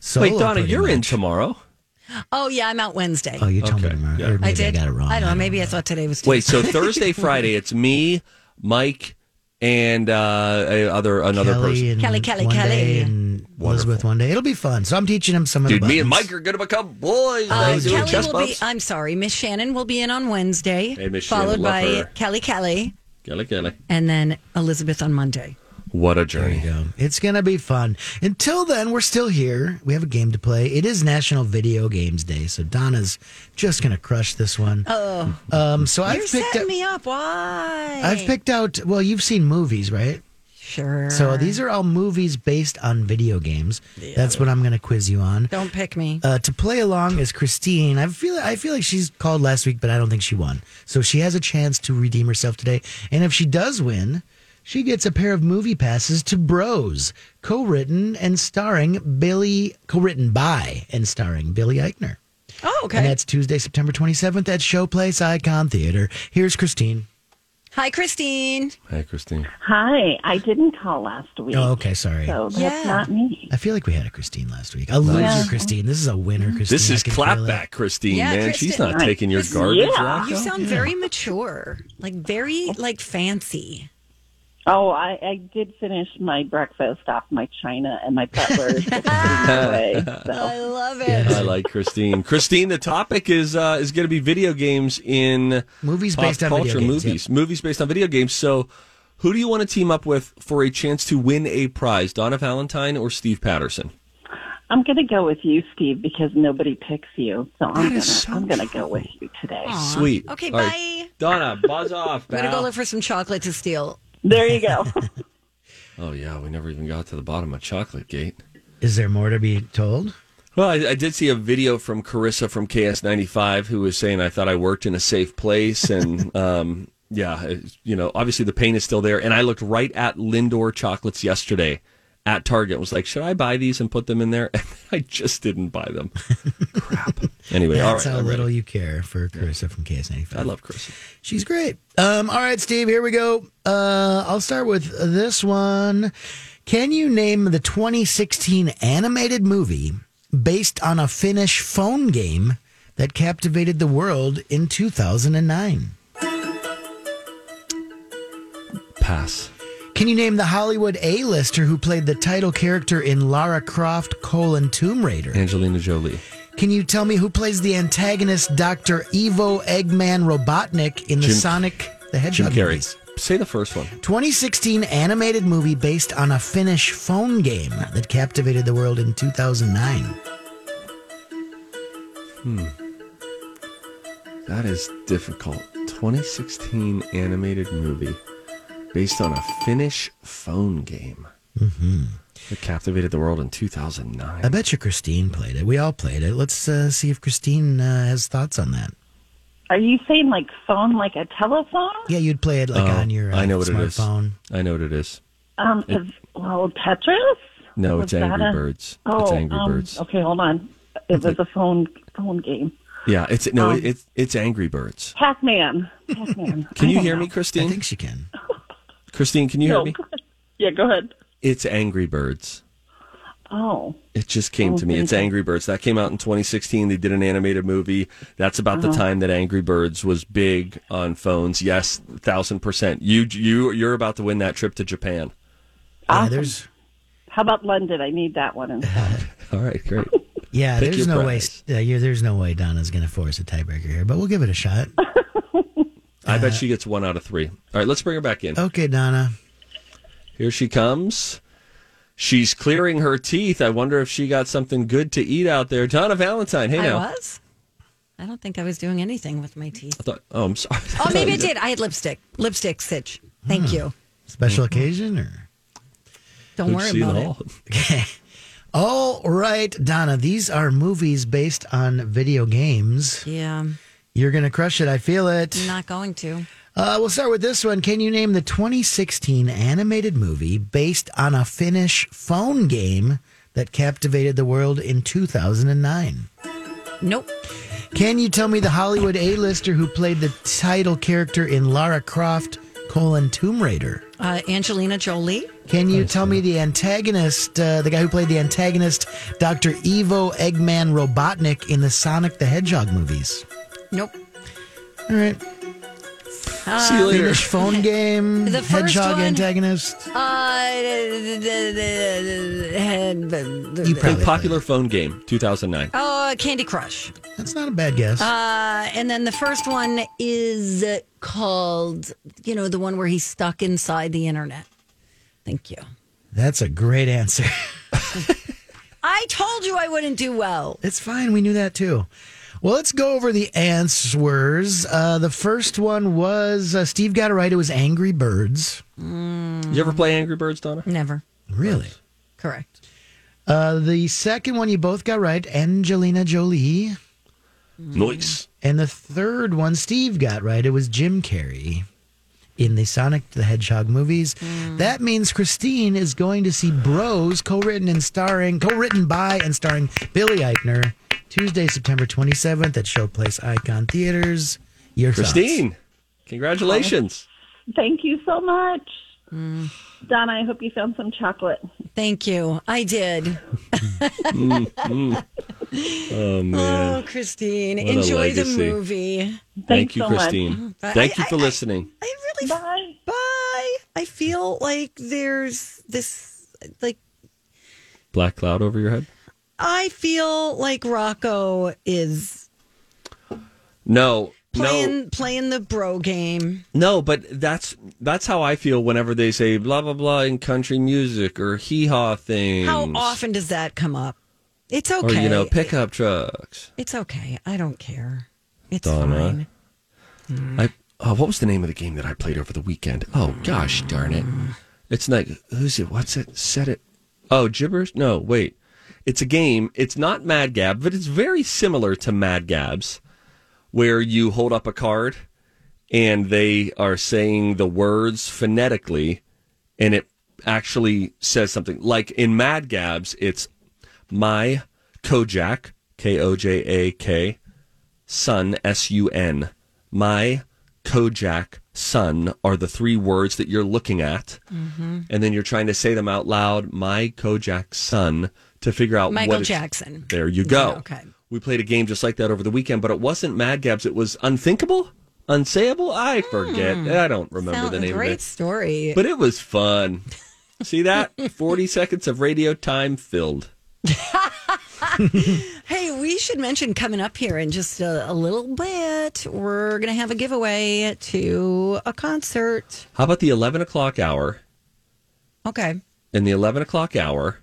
[SPEAKER 2] Solo
[SPEAKER 5] Wait, Donna,
[SPEAKER 2] pretty
[SPEAKER 5] you're in
[SPEAKER 2] much.
[SPEAKER 5] tomorrow.
[SPEAKER 1] Oh, yeah, I'm out Wednesday.
[SPEAKER 2] Oh, you told me
[SPEAKER 5] Okay,
[SPEAKER 2] tomorrow.
[SPEAKER 5] yeah.
[SPEAKER 2] Or maybe I,
[SPEAKER 1] I did.
[SPEAKER 2] got it wrong.
[SPEAKER 1] I don't know. Maybe I thought today was Tuesday.
[SPEAKER 5] Wait, so Thursday, Friday, it's me, Mike, and uh, a- other another person.
[SPEAKER 2] and
[SPEAKER 1] Kelly, Kelly,
[SPEAKER 2] Mm-hmm. one
[SPEAKER 1] Kelly.
[SPEAKER 2] Day and Elizabeth one day. It'll be fun. So I'm teaching him some of
[SPEAKER 5] Dude,
[SPEAKER 2] the
[SPEAKER 5] me and
[SPEAKER 2] buttons.
[SPEAKER 5] Mike are going to become boys.
[SPEAKER 1] Uh,
[SPEAKER 5] Let's do
[SPEAKER 1] Kelly
[SPEAKER 5] chest
[SPEAKER 1] will be.
[SPEAKER 5] bumps.
[SPEAKER 1] I'm sorry, Miss Shannon will be in on Wednesday,
[SPEAKER 5] Hey, Miss Shannon,
[SPEAKER 1] followed
[SPEAKER 5] love
[SPEAKER 1] by
[SPEAKER 5] her.
[SPEAKER 1] Kelly Kelly,
[SPEAKER 5] Kelly, Kelly.
[SPEAKER 1] and then Elizabeth on Monday.
[SPEAKER 5] What a
[SPEAKER 2] There you go.
[SPEAKER 5] journey.
[SPEAKER 2] It's going to be fun. Until then, we're still here. We have a game to play. It is National Video Games Day, so Donna's just going to crush this one. Oh. Um, so
[SPEAKER 1] You're
[SPEAKER 2] I've picked
[SPEAKER 1] setting
[SPEAKER 2] out,
[SPEAKER 1] me up. Why?
[SPEAKER 2] I've picked out, well, you've seen movies, right?
[SPEAKER 1] Sure.
[SPEAKER 2] So these are all movies based on video games. That's what I'm going to quiz you on.
[SPEAKER 1] Don't pick me.
[SPEAKER 2] Uh, to play along is Christine. I feel I feel like she's called last week, but I don't think she won. So she has a chance to redeem herself today. And if she does win, she gets a pair of movie passes to Bros, co-written and starring Billy, co-written by and starring Billy Eichner.
[SPEAKER 1] Oh,
[SPEAKER 2] And
[SPEAKER 1] okay.
[SPEAKER 2] that's Tuesday, September 27th at Showplace Icon Theater. Here's Christine.
[SPEAKER 1] Hi, Christine.
[SPEAKER 5] Hi, Christine.
[SPEAKER 4] Hi, I didn't call last week.
[SPEAKER 2] Oh, okay, sorry.
[SPEAKER 4] So that's
[SPEAKER 1] Yeah.
[SPEAKER 4] not me.
[SPEAKER 2] I feel like we had a Christine last week. A loser, Christine. This is a winner, Christine.
[SPEAKER 5] This
[SPEAKER 2] I
[SPEAKER 5] is
[SPEAKER 2] can feel it.
[SPEAKER 5] clapback, Christine.
[SPEAKER 1] Yeah,
[SPEAKER 5] man,
[SPEAKER 1] Kristen,
[SPEAKER 5] she's not
[SPEAKER 4] nice.
[SPEAKER 5] taking your
[SPEAKER 1] Listen,
[SPEAKER 5] garbage.
[SPEAKER 4] yeah.
[SPEAKER 5] Rocco.
[SPEAKER 1] (laughs) You sound very mature, like very like fancy.
[SPEAKER 4] Oh, I, I did finish my breakfast off my china and my
[SPEAKER 7] (laughs)
[SPEAKER 4] butler is putting it away. So
[SPEAKER 1] I love it.
[SPEAKER 5] I like Christine. Christine, the topic is uh, is going to be video games in
[SPEAKER 2] Movies
[SPEAKER 5] pop
[SPEAKER 2] based on video
[SPEAKER 5] culture
[SPEAKER 2] games,
[SPEAKER 5] movies, movies based on video games. So, who do you want to team up with for a chance to win a prize? Donna Valentine or Steve Patterson?
[SPEAKER 4] I'm going to go with you, Steve, because nobody picks you. So I'm going
[SPEAKER 5] is
[SPEAKER 4] to
[SPEAKER 5] so
[SPEAKER 4] I'm going to go with you today.
[SPEAKER 5] Sweet.
[SPEAKER 1] Okay,
[SPEAKER 5] All right.
[SPEAKER 1] bye.
[SPEAKER 5] Donna, buzz off.
[SPEAKER 1] I'm gonna go
[SPEAKER 5] pal.
[SPEAKER 1] look for some chocolate to steal.
[SPEAKER 4] There you go.
[SPEAKER 5] oh yeah, we never even got to the bottom of Chocolate Gate.
[SPEAKER 2] Is there more to be told?
[SPEAKER 5] Well, I, I did see a video from Carissa from KS95 who was saying, I thought I worked in a safe place. And um, yeah, it's- you know, obviously the pain is still there. And I looked right at Lindor chocolates yesterday at Target, was like, should I buy these and put them in there? (laughs) And I just didn't buy them. Crap. Anyway, all
[SPEAKER 2] That's
[SPEAKER 5] right.
[SPEAKER 2] how
[SPEAKER 5] I'm ready.
[SPEAKER 2] little you care for Carissa from KS95.
[SPEAKER 5] I love Carissa.
[SPEAKER 2] She's great. Um, all right, Steve, here we go. Uh, I'll start with this one. Can you name the 2016 animated movie based on a Finnish phone game that captivated the world in 2009?
[SPEAKER 5] Pass.
[SPEAKER 2] Can you name the Hollywood A-lister who played the title character in Lara Croft colon Tomb Raider?
[SPEAKER 5] Angelina Jolie.
[SPEAKER 2] Can you tell me who plays the antagonist Dr. Evo Eggman Robotnik in the
[SPEAKER 5] Jim-
[SPEAKER 2] Sonic the
[SPEAKER 5] Jim
[SPEAKER 2] Hedgehog
[SPEAKER 5] Carrey.
[SPEAKER 2] movies?
[SPEAKER 5] Say the first one.
[SPEAKER 2] 2016 animated movie based on a Finnish phone game that captivated the world in 2009.
[SPEAKER 5] That is difficult. 2016 animated movie based on a Finnish phone game. Mm-hmm. It captivated the world in 2009.
[SPEAKER 2] I bet you Christine played it. We all played it. Let's uh, see if Christine uh, has thoughts on that.
[SPEAKER 4] Are you saying like phone like a telephone?
[SPEAKER 2] Yeah, you'd play it like
[SPEAKER 5] Oh,
[SPEAKER 2] on your uh,
[SPEAKER 5] I know what it is.
[SPEAKER 2] smartphone.
[SPEAKER 5] I know what it is.
[SPEAKER 4] Um, well, Tetris.
[SPEAKER 5] No, it's
[SPEAKER 4] Was that
[SPEAKER 5] Angry
[SPEAKER 4] a-
[SPEAKER 5] Birds.
[SPEAKER 4] Oh,
[SPEAKER 5] it's Angry
[SPEAKER 4] um,
[SPEAKER 5] Birds.
[SPEAKER 4] Okay, hold on. It was a phone phone game.
[SPEAKER 5] Yeah, it's no,
[SPEAKER 4] um,
[SPEAKER 5] it's it's Angry Birds.
[SPEAKER 4] Pac-Man. Pac-Man.
[SPEAKER 5] Can
[SPEAKER 4] I
[SPEAKER 5] you
[SPEAKER 4] don't
[SPEAKER 5] hear
[SPEAKER 4] know.
[SPEAKER 5] me, Christine? I think
[SPEAKER 2] she can.
[SPEAKER 5] Christine, can you
[SPEAKER 4] No.
[SPEAKER 5] hear me?
[SPEAKER 4] (laughs) Yeah, go ahead.
[SPEAKER 5] It's Angry Birds.
[SPEAKER 4] Oh,
[SPEAKER 5] It just came
[SPEAKER 4] Oh,
[SPEAKER 5] to me.
[SPEAKER 4] thank
[SPEAKER 5] It's
[SPEAKER 4] you.
[SPEAKER 5] Angry Birds. That came out in 2016. They did an animated movie. That's about the
[SPEAKER 4] Uh-huh.
[SPEAKER 5] time that Angry Birds was big on phones. Yes, thousand percent. You you you're about to win that trip to Japan.
[SPEAKER 4] awesome.
[SPEAKER 2] there's-
[SPEAKER 4] How about London? I need that one. instead.
[SPEAKER 5] All right, great.
[SPEAKER 2] Yeah,
[SPEAKER 5] Pick
[SPEAKER 2] there's
[SPEAKER 5] your
[SPEAKER 2] no
[SPEAKER 5] prize.
[SPEAKER 2] way. Uh, yeah, there's no way Donna's going to force a tiebreaker here, but we'll give it a
[SPEAKER 5] (laughs)
[SPEAKER 2] shot.
[SPEAKER 5] I bet she gets one out of three. All right, let's bring her back in.
[SPEAKER 2] Okay, Donna.
[SPEAKER 5] Here she comes. She's clearing her teeth. I wonder if she got something good to eat out there. Donna Valentine, hey
[SPEAKER 1] I
[SPEAKER 5] now.
[SPEAKER 1] was. I don't think I was doing anything with my teeth.
[SPEAKER 5] I thought, oh, I'm sorry.
[SPEAKER 1] Oh, (laughs) maybe I did. I had lipstick. Lipstick stitch. Thank you.
[SPEAKER 2] Special
[SPEAKER 5] Mm-hmm.
[SPEAKER 2] occasion or
[SPEAKER 1] Hmm. Don't worry about it.
[SPEAKER 2] All right, Donna, these are movies based on video games.
[SPEAKER 1] Yeah,
[SPEAKER 2] You're going to crush it. I feel it.
[SPEAKER 1] not going to.
[SPEAKER 2] Uh, we'll start with this one. Can you name the 2016 animated movie based on a Finnish phone game that captivated the world in 2009?
[SPEAKER 1] Nope.
[SPEAKER 2] Can you tell me the Hollywood A-lister who played the title character in Lara Croft: colon, Tomb Raider?
[SPEAKER 1] Uh, Angelina Jolie.
[SPEAKER 2] Can you tell me the antagonist, uh, the guy who played the antagonist, Dr. Evo Eggman Robotnik in the Sonic the Hedgehog movies?
[SPEAKER 1] Nope.
[SPEAKER 2] All right.
[SPEAKER 5] See
[SPEAKER 1] Um,
[SPEAKER 5] you later.
[SPEAKER 2] Finnish phone game,
[SPEAKER 1] (laughs) The first
[SPEAKER 2] hedgehog
[SPEAKER 1] one-
[SPEAKER 2] antagonist.
[SPEAKER 1] Uh, d- d- d- d- d- d-
[SPEAKER 2] You
[SPEAKER 5] A
[SPEAKER 2] probably
[SPEAKER 5] popular phone game, 2009.
[SPEAKER 1] Oh, Candy Crush.
[SPEAKER 2] That's not a bad guess.
[SPEAKER 1] Uh, and then the first one is called, you know, the one where he's stuck inside the internet. Thank you.
[SPEAKER 2] That's a great answer. (laughs)
[SPEAKER 1] I told you I wouldn't do well.
[SPEAKER 2] it's fine. We knew that too. Well, let's go over the answers. Uh, the first one was uh, Steve got it right. It was Angry Birds.
[SPEAKER 5] You ever play Angry Birds, Donna?
[SPEAKER 1] Never.
[SPEAKER 2] Really?
[SPEAKER 1] Correct.
[SPEAKER 2] Uh, the second one you both got right. Angelina Jolie.
[SPEAKER 1] Mm.
[SPEAKER 5] Nice.
[SPEAKER 2] And the third one Steve got right. It was Jim Carrey in the Sonic the Hedgehog movies.
[SPEAKER 1] Hmm.
[SPEAKER 2] That means Christine is going to see Bros, co-written and starring, co-written by and starring Billy Eichner, Tuesday, September 27th at Showplace Icon Theaters. Your thoughts?
[SPEAKER 5] Christine, congratulations.
[SPEAKER 4] Thank you so much, Donna. I hope you found some chocolate.
[SPEAKER 1] Thank you. I did.
[SPEAKER 5] Mm-hmm. Oh, man.
[SPEAKER 1] Oh, Christine.
[SPEAKER 5] What a
[SPEAKER 1] Enjoy the
[SPEAKER 5] legacy.
[SPEAKER 1] movie.
[SPEAKER 5] Thank you,
[SPEAKER 4] so much.
[SPEAKER 5] Christine.
[SPEAKER 1] Bye.
[SPEAKER 5] Thank you
[SPEAKER 1] (gasps) I-
[SPEAKER 5] for
[SPEAKER 1] I-
[SPEAKER 5] listening.
[SPEAKER 1] I really
[SPEAKER 4] Bye.
[SPEAKER 1] bye. I feel like there's this like
[SPEAKER 5] Black cloud over your head?
[SPEAKER 1] I feel like Rocco is
[SPEAKER 5] No.
[SPEAKER 1] playing
[SPEAKER 5] No,
[SPEAKER 1] playing the bro game.
[SPEAKER 5] no, but that's that's how I feel whenever they say blah blah blah in country music or hee haw things.
[SPEAKER 1] How often does that come up? It's
[SPEAKER 5] Or
[SPEAKER 1] okay.
[SPEAKER 5] you know, pickup trucks.
[SPEAKER 1] it's okay. I don't care. It's
[SPEAKER 5] Donna.
[SPEAKER 1] fine.
[SPEAKER 5] I oh, what was the name of the game that I played over the weekend? Oh gosh, darn it! It's like who's it? What's it? Set it? Oh, gibberish? No, wait. It's a game. It's not Mad Gab, but it's very similar to Mad Gab's, where you hold up a card and they are saying the words phonetically, and it actually says something. Like in Mad Gab's, it's my Kojak K O J A K Sun, S U N. My, Kojak, Sun are the three words that you're looking at. And then you're trying to say them out loud, my Kojak, Sun, to figure out
[SPEAKER 1] Michael
[SPEAKER 5] what it's-
[SPEAKER 1] Jackson.
[SPEAKER 5] There you go.
[SPEAKER 1] Yeah, okay.
[SPEAKER 5] We played a game just like that over the weekend, but it wasn't Mad Gabs. It was Unthinkable? Unsayable? I forget. I don't remember
[SPEAKER 1] Hmm. Sound-
[SPEAKER 5] the name
[SPEAKER 1] great
[SPEAKER 5] of it.
[SPEAKER 1] story.
[SPEAKER 5] But it was fun. See
[SPEAKER 1] (laughs)
[SPEAKER 5] that? 40 seconds of radio time filled.
[SPEAKER 1] Hey, we should mention coming up here in just a, a little bit, we're going to have a giveaway to a concert.
[SPEAKER 5] How about the 11 o'clock hour?
[SPEAKER 1] Okay.
[SPEAKER 5] in the 11 o'clock hour,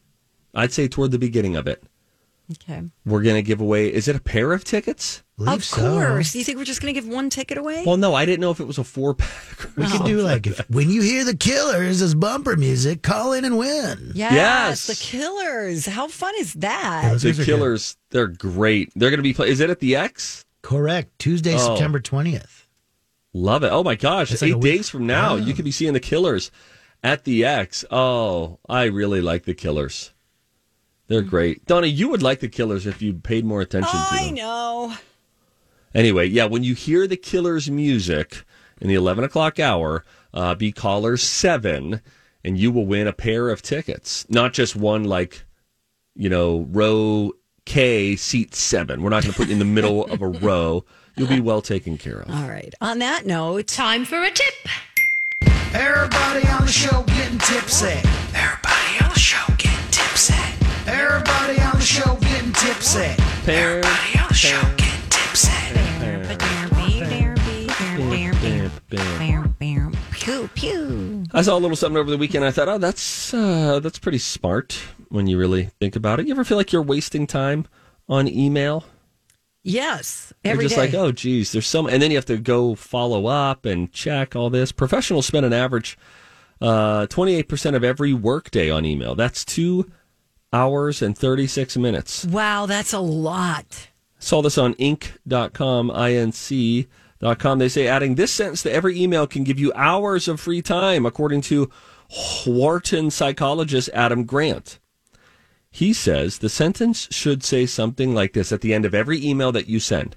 [SPEAKER 5] I'd say toward the beginning of it,
[SPEAKER 1] Okay.
[SPEAKER 5] we're going to give away. Is it a pair of tickets?
[SPEAKER 2] Believe
[SPEAKER 1] of
[SPEAKER 2] so.
[SPEAKER 1] course. Do You think we're just going to give one ticket away?
[SPEAKER 5] Well, no, I didn't know if it was a four pack. (laughs)
[SPEAKER 2] We could do like if, when you hear the Killers as bumper music, call in and win.
[SPEAKER 1] yes,
[SPEAKER 5] Yes.
[SPEAKER 1] The Killers. How fun is
[SPEAKER 2] Yeah,
[SPEAKER 1] that?
[SPEAKER 2] those
[SPEAKER 5] The
[SPEAKER 2] are good.
[SPEAKER 5] Killers, they're great. They're going to be play. Is it at the X?
[SPEAKER 2] Correct. Tuesday,
[SPEAKER 5] Oh.
[SPEAKER 2] September 20th.
[SPEAKER 5] Love it. Oh my gosh.
[SPEAKER 2] It's like
[SPEAKER 5] Eight
[SPEAKER 2] a week-
[SPEAKER 5] days from now, you could be seeing the Killers at the X. Oh, I really like the Killers. They're
[SPEAKER 2] Mm-hmm.
[SPEAKER 5] great. Donna, you would like the killers if you paid more attention to them.
[SPEAKER 1] I know.
[SPEAKER 5] Anyway, yeah, when you hear the killer's music in the 11 o'clock hour, uh, be caller seven and you will win a pair of tickets. Not just one, like, you know, row K, seat seven. We're not going to put you in the middle of a row. You'll be well taken care of.
[SPEAKER 1] All right. On that note,
[SPEAKER 10] time for a tip.
[SPEAKER 2] Everybody on the show getting tipsy. Everybody on the show getting tipsy. Everybody on the show getting tipsy. Everybody on the show getting tipsy.
[SPEAKER 1] pew pew.
[SPEAKER 5] I saw a little something over the weekend. I thought, oh, that's uh, that's pretty smart when you really think about it. You ever feel like you're wasting time on email?
[SPEAKER 1] Yes,
[SPEAKER 5] You're
[SPEAKER 1] every
[SPEAKER 5] just
[SPEAKER 1] day.
[SPEAKER 5] like, oh, geez, there's some, and then you have to go follow up and check all this. Professionals spend an average twenty eight percent of every workday on email. That's two hours and thirty six minutes.
[SPEAKER 1] Wow, that's a lot.
[SPEAKER 5] Saw this on Inc.com, inc.com. They say adding this sentence to every email can give you hours of free time, according to Wharton psychologist Adam Grant. He says the sentence should say something like this at the end of every email that you send.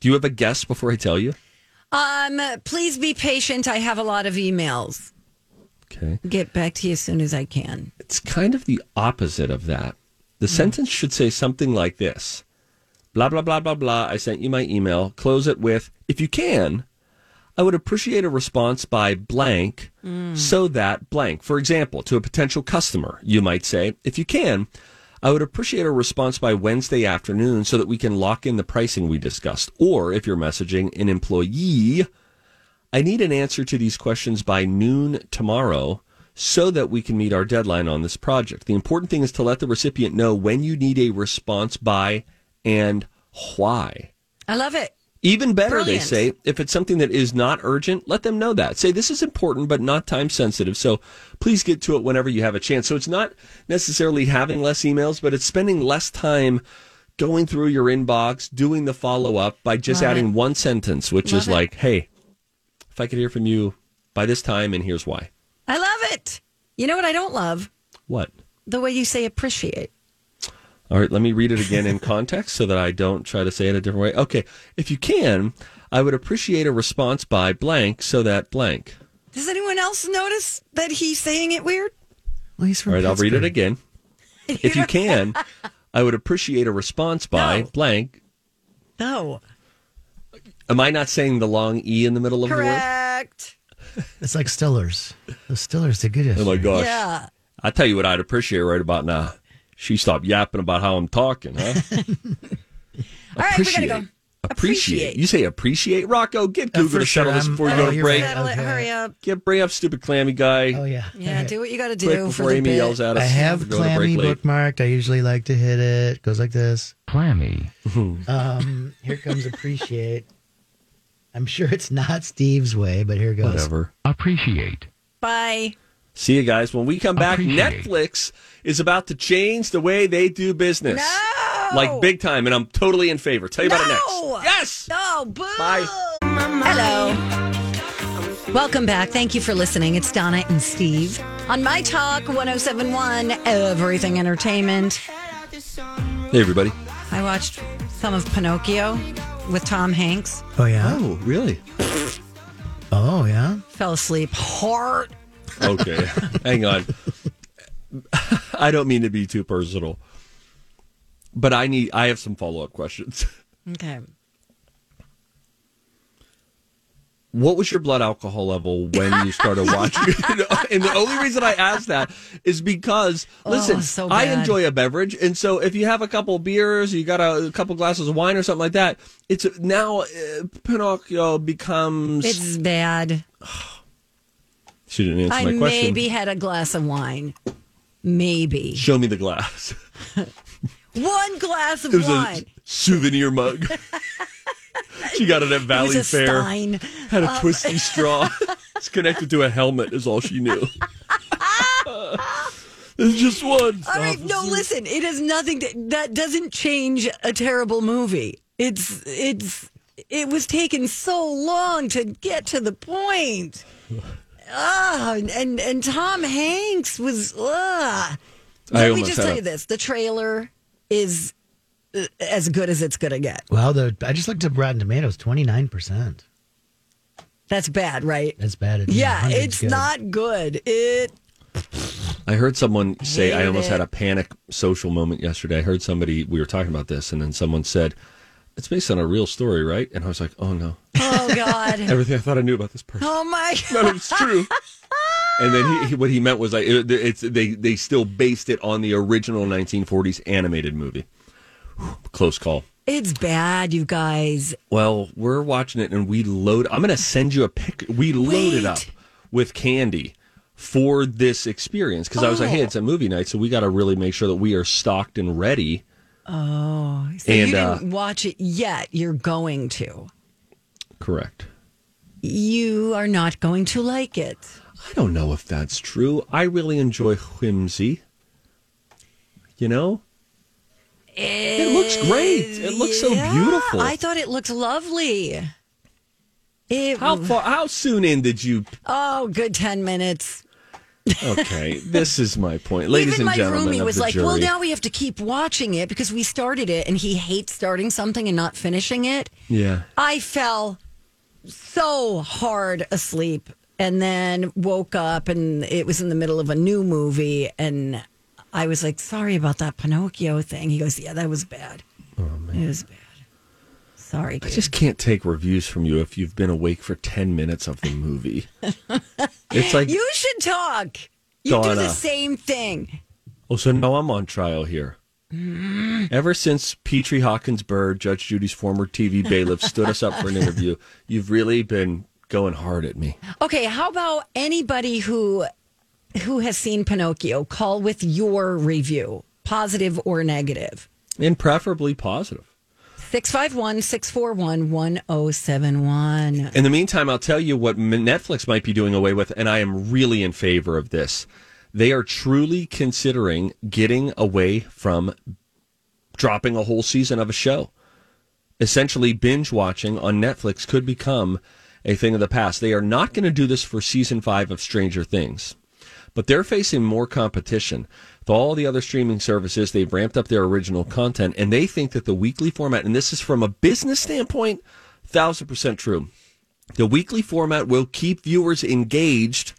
[SPEAKER 5] Do you have a guess before I tell you?
[SPEAKER 1] Um, please be patient. I have a lot of emails.
[SPEAKER 5] Okay.
[SPEAKER 1] Get back to you as soon as I can.
[SPEAKER 5] It's kind of the opposite of that. The sentence should say something like this Blah, blah, blah, blah, blah. I sent you my email. Close it with, if you can, I would appreciate a response by blank so that blank. For example, to a potential customer, you might say, if you can, I would appreciate a response by Wednesday afternoon so that we can lock in the pricing we discussed. Or if you're messaging an employee, I need an answer to these questions by noon tomorrow so that we can meet our deadline on this project. The important thing is to let the recipient know when you need a response by and why.
[SPEAKER 1] I love it.
[SPEAKER 5] Even better,
[SPEAKER 1] Brilliant.
[SPEAKER 5] they say, if it's something that is not urgent, let them know that. Say this is important but not time sensitive, so please get to it whenever you have a chance. So it's not necessarily having less emails, but it's spending less time going through your inbox, doing the follow up by just
[SPEAKER 1] Love
[SPEAKER 5] adding
[SPEAKER 1] it.
[SPEAKER 5] one sentence, which
[SPEAKER 1] Love
[SPEAKER 5] is
[SPEAKER 1] it.
[SPEAKER 5] like, hey, if I could hear from you by this time, and here's why.
[SPEAKER 1] I love it. You know what I don't love?
[SPEAKER 5] What?
[SPEAKER 1] The way you say appreciate.
[SPEAKER 5] All right, let me read it again
[SPEAKER 1] (laughs)
[SPEAKER 5] in context so that I don't try to say it a different way. Okay, if you can, I would appreciate a response by blank so that blank.
[SPEAKER 1] Does anyone else notice that he's saying it weird?
[SPEAKER 2] Well, he's
[SPEAKER 5] All right, I'll read it
[SPEAKER 1] (laughs)
[SPEAKER 5] again. If you can, I would appreciate a response by blank.
[SPEAKER 1] No.
[SPEAKER 5] Am I not saying the long E in the middle of
[SPEAKER 1] Correct.
[SPEAKER 2] It's like Stillers. The Stillers, they're good.
[SPEAKER 5] the word? Oh my gosh.
[SPEAKER 1] Yeah.
[SPEAKER 5] I tell you what I'd appreciate right about now. She stopped yapping about how I'm talking,
[SPEAKER 1] (laughs)
[SPEAKER 5] huh?
[SPEAKER 1] All right, we gotta go.
[SPEAKER 5] Appreciate. You say appreciate, Rocco. Get
[SPEAKER 2] Uh,
[SPEAKER 5] Google
[SPEAKER 2] for
[SPEAKER 5] to settle
[SPEAKER 2] sure,
[SPEAKER 5] this
[SPEAKER 2] I'm-
[SPEAKER 5] before we
[SPEAKER 2] oh,
[SPEAKER 5] go to
[SPEAKER 2] you're
[SPEAKER 5] break.
[SPEAKER 2] right.
[SPEAKER 1] Settle it.
[SPEAKER 2] Okay.
[SPEAKER 1] Hurry up.
[SPEAKER 5] Get Bray up, stupid clammy guy.
[SPEAKER 2] Oh, yeah.
[SPEAKER 1] Yeah, do what you gotta do
[SPEAKER 5] Quick
[SPEAKER 1] for
[SPEAKER 5] before
[SPEAKER 1] the
[SPEAKER 5] Amy
[SPEAKER 1] bit.
[SPEAKER 5] yells at us.
[SPEAKER 2] I
[SPEAKER 5] We're
[SPEAKER 2] have
[SPEAKER 5] going to break
[SPEAKER 2] clammy
[SPEAKER 5] late.
[SPEAKER 2] bookmarked. I usually like to hit it. It goes like this.
[SPEAKER 9] Clammy.
[SPEAKER 5] Mm-hmm.
[SPEAKER 2] Um, here comes appreciate. I'm sure it's not Steve's way, but here goes.
[SPEAKER 5] Whatever.
[SPEAKER 9] Appreciate.
[SPEAKER 1] Bye.
[SPEAKER 5] See you guys when we come back.
[SPEAKER 9] Appreciate.
[SPEAKER 5] Netflix is about to change the way they do business,
[SPEAKER 1] No.
[SPEAKER 5] like big time, and I'm totally in favor. Tell you about it next.
[SPEAKER 1] No!
[SPEAKER 5] Yes.
[SPEAKER 1] Oh, boo.
[SPEAKER 5] Bye.
[SPEAKER 1] Hello. Welcome back. Thank you for listening. It's Donna and Steve on My Talk 1071, Everything Entertainment.
[SPEAKER 5] Hey everybody.
[SPEAKER 1] I watched some of Pinocchio with Tom Hanks.
[SPEAKER 2] Oh yeah.
[SPEAKER 5] Oh really?
[SPEAKER 2] Oh yeah.
[SPEAKER 1] Fell asleep hard.
[SPEAKER 5] Okay. Hang on. I don't mean to be too personal, but I need. I have some follow up questions.
[SPEAKER 1] Okay.
[SPEAKER 5] what was your blood alcohol level when you
[SPEAKER 1] (laughs)
[SPEAKER 5] started watching? and the only reason I ask that is because listen,
[SPEAKER 1] Oh, so
[SPEAKER 5] I
[SPEAKER 1] bad.
[SPEAKER 5] enjoy a beverage, and so if you have a couple beers, you got a, couple glasses of wine or something like that, it's now uh, Pinocchio becomes.
[SPEAKER 1] It's bad.
[SPEAKER 5] she didn't answer
[SPEAKER 1] I
[SPEAKER 5] my question.
[SPEAKER 1] maybe had a glass of wine. Maybe.
[SPEAKER 5] Show me the glass. (laughs)
[SPEAKER 1] One glass of
[SPEAKER 5] It was
[SPEAKER 1] wine.
[SPEAKER 5] a souvenir
[SPEAKER 1] (laughs)
[SPEAKER 5] mug. she got it at
[SPEAKER 1] It
[SPEAKER 5] Valley
[SPEAKER 1] was a Oh.
[SPEAKER 5] Fair.
[SPEAKER 1] Stein.
[SPEAKER 5] Had a twisty
[SPEAKER 1] (laughs)
[SPEAKER 5] straw. it's connected to a helmet. Is all she knew. (laughs) It's just one.
[SPEAKER 1] All right, no, listen. It has nothing to, that doesn't change a terrible movie. It's it's it was taken so long to get to the point. Ah, and and Tom Hanks was
[SPEAKER 5] I
[SPEAKER 1] ah, Let me
[SPEAKER 5] almost
[SPEAKER 1] just
[SPEAKER 5] had
[SPEAKER 1] tell
[SPEAKER 5] a-
[SPEAKER 1] you this: the trailer is uh, as good as it's going to get.
[SPEAKER 2] Wow, the I just looked at Rotten Tomatoes, twenty nine percent.
[SPEAKER 1] That's bad, right?
[SPEAKER 2] That's bad.
[SPEAKER 1] Yeah,
[SPEAKER 2] 100's
[SPEAKER 1] it's
[SPEAKER 2] good.
[SPEAKER 1] not good. It
[SPEAKER 5] I heard someone say I
[SPEAKER 1] Hated
[SPEAKER 5] almost
[SPEAKER 1] it.
[SPEAKER 5] had a panic social moment yesterday. I heard somebody we were talking about this, and then someone said it's based on a real story, right? And I was like, oh no, (laughs)
[SPEAKER 1] oh god,
[SPEAKER 5] everything I thought I knew about this person.
[SPEAKER 1] oh my,
[SPEAKER 5] None of it's true. And then he, he, what he meant was like it, it's they they still based it on the original 1940s animated movie. (sighs) Whew, Close call.
[SPEAKER 1] it's bad, you guys.
[SPEAKER 5] Well, we're watching it and we load. I'm going to send you a pic. We loaded
[SPEAKER 1] Wait.
[SPEAKER 5] up with candy for this experience because I was like, hey, it's a movie night, so we got to really make sure that we are stocked and ready.
[SPEAKER 1] Oh, so
[SPEAKER 5] And,
[SPEAKER 1] you
[SPEAKER 5] uh,
[SPEAKER 1] didn't watch it yet. You're going to.
[SPEAKER 5] Correct.
[SPEAKER 1] You are not going to like it.
[SPEAKER 5] I don't know if that's true. I really enjoy whimsy. You know, it looks great. It looks
[SPEAKER 1] Eh,
[SPEAKER 5] so
[SPEAKER 1] Yeah,
[SPEAKER 5] beautiful.
[SPEAKER 1] I thought it looked lovely. It,
[SPEAKER 5] how far? How soon in did you?
[SPEAKER 1] oh, good ten minutes. (laughs)
[SPEAKER 5] Okay, this is my point, ladies
[SPEAKER 1] Even
[SPEAKER 5] and
[SPEAKER 1] my
[SPEAKER 5] gentlemen
[SPEAKER 1] roomie
[SPEAKER 5] of
[SPEAKER 1] was
[SPEAKER 5] the
[SPEAKER 1] like,
[SPEAKER 5] jury.
[SPEAKER 1] "Well, now we have to keep watching it because we started it, and he hates starting something and not finishing it."
[SPEAKER 5] yeah,
[SPEAKER 1] I fell so hard asleep and then woke up and it was in the middle of a new movie and I was like, sorry about that Pinocchio thing. He goes, Yeah, that was bad. It was bad. Sorry.
[SPEAKER 5] Oh, I
[SPEAKER 1] Dude.
[SPEAKER 5] just can't take reviews from you if you've been awake for 10 minutes of the
[SPEAKER 1] (laughs)
[SPEAKER 5] movie. it's like,
[SPEAKER 1] you should talk. You do the
[SPEAKER 5] Donna.
[SPEAKER 1] same thing.
[SPEAKER 5] oh, so now I'm on trial here. Ever since Petrie Hawkins Bird, Judge Judy's former TV bailiff, stood us up for an interview, you've really been going hard at me.
[SPEAKER 1] Okay, how about anybody who who has seen Pinocchio call with your review, positive or negative?
[SPEAKER 5] And preferably positive.
[SPEAKER 1] 651 641 1071.
[SPEAKER 5] In the meantime, I'll tell you what M- Netflix might be doing away with, and I am really in favor of this. They are truly considering getting away from dropping a whole season of a show. Essentially, binge watching on Netflix could become a thing of the past. They are not going to do this for season five of Stranger Things, but they're facing more competition. With all the other streaming services, they've ramped up their original content, and they think that the weekly format, and this is from a business standpoint, thousand percent true. The weekly format will keep viewers engaged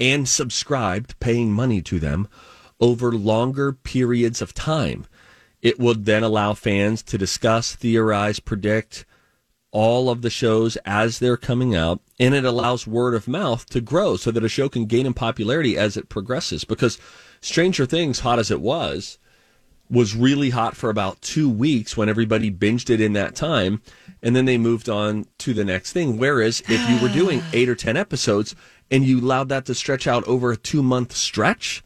[SPEAKER 5] and subscribed, paying money to them over longer periods of time. It would then allow fans to discuss, theorize, predict all of the shows as they're coming out, and it allows word of mouth to grow so that a show can gain in popularity as it progresses. Because Stranger Things, hot as it was, was really hot for about two weeks when everybody binged it in that time. And then they moved on to the next thing. Whereas if you were
[SPEAKER 1] (sighs)
[SPEAKER 5] doing eight or 10 episodes and you allowed that to stretch out over a two month stretch,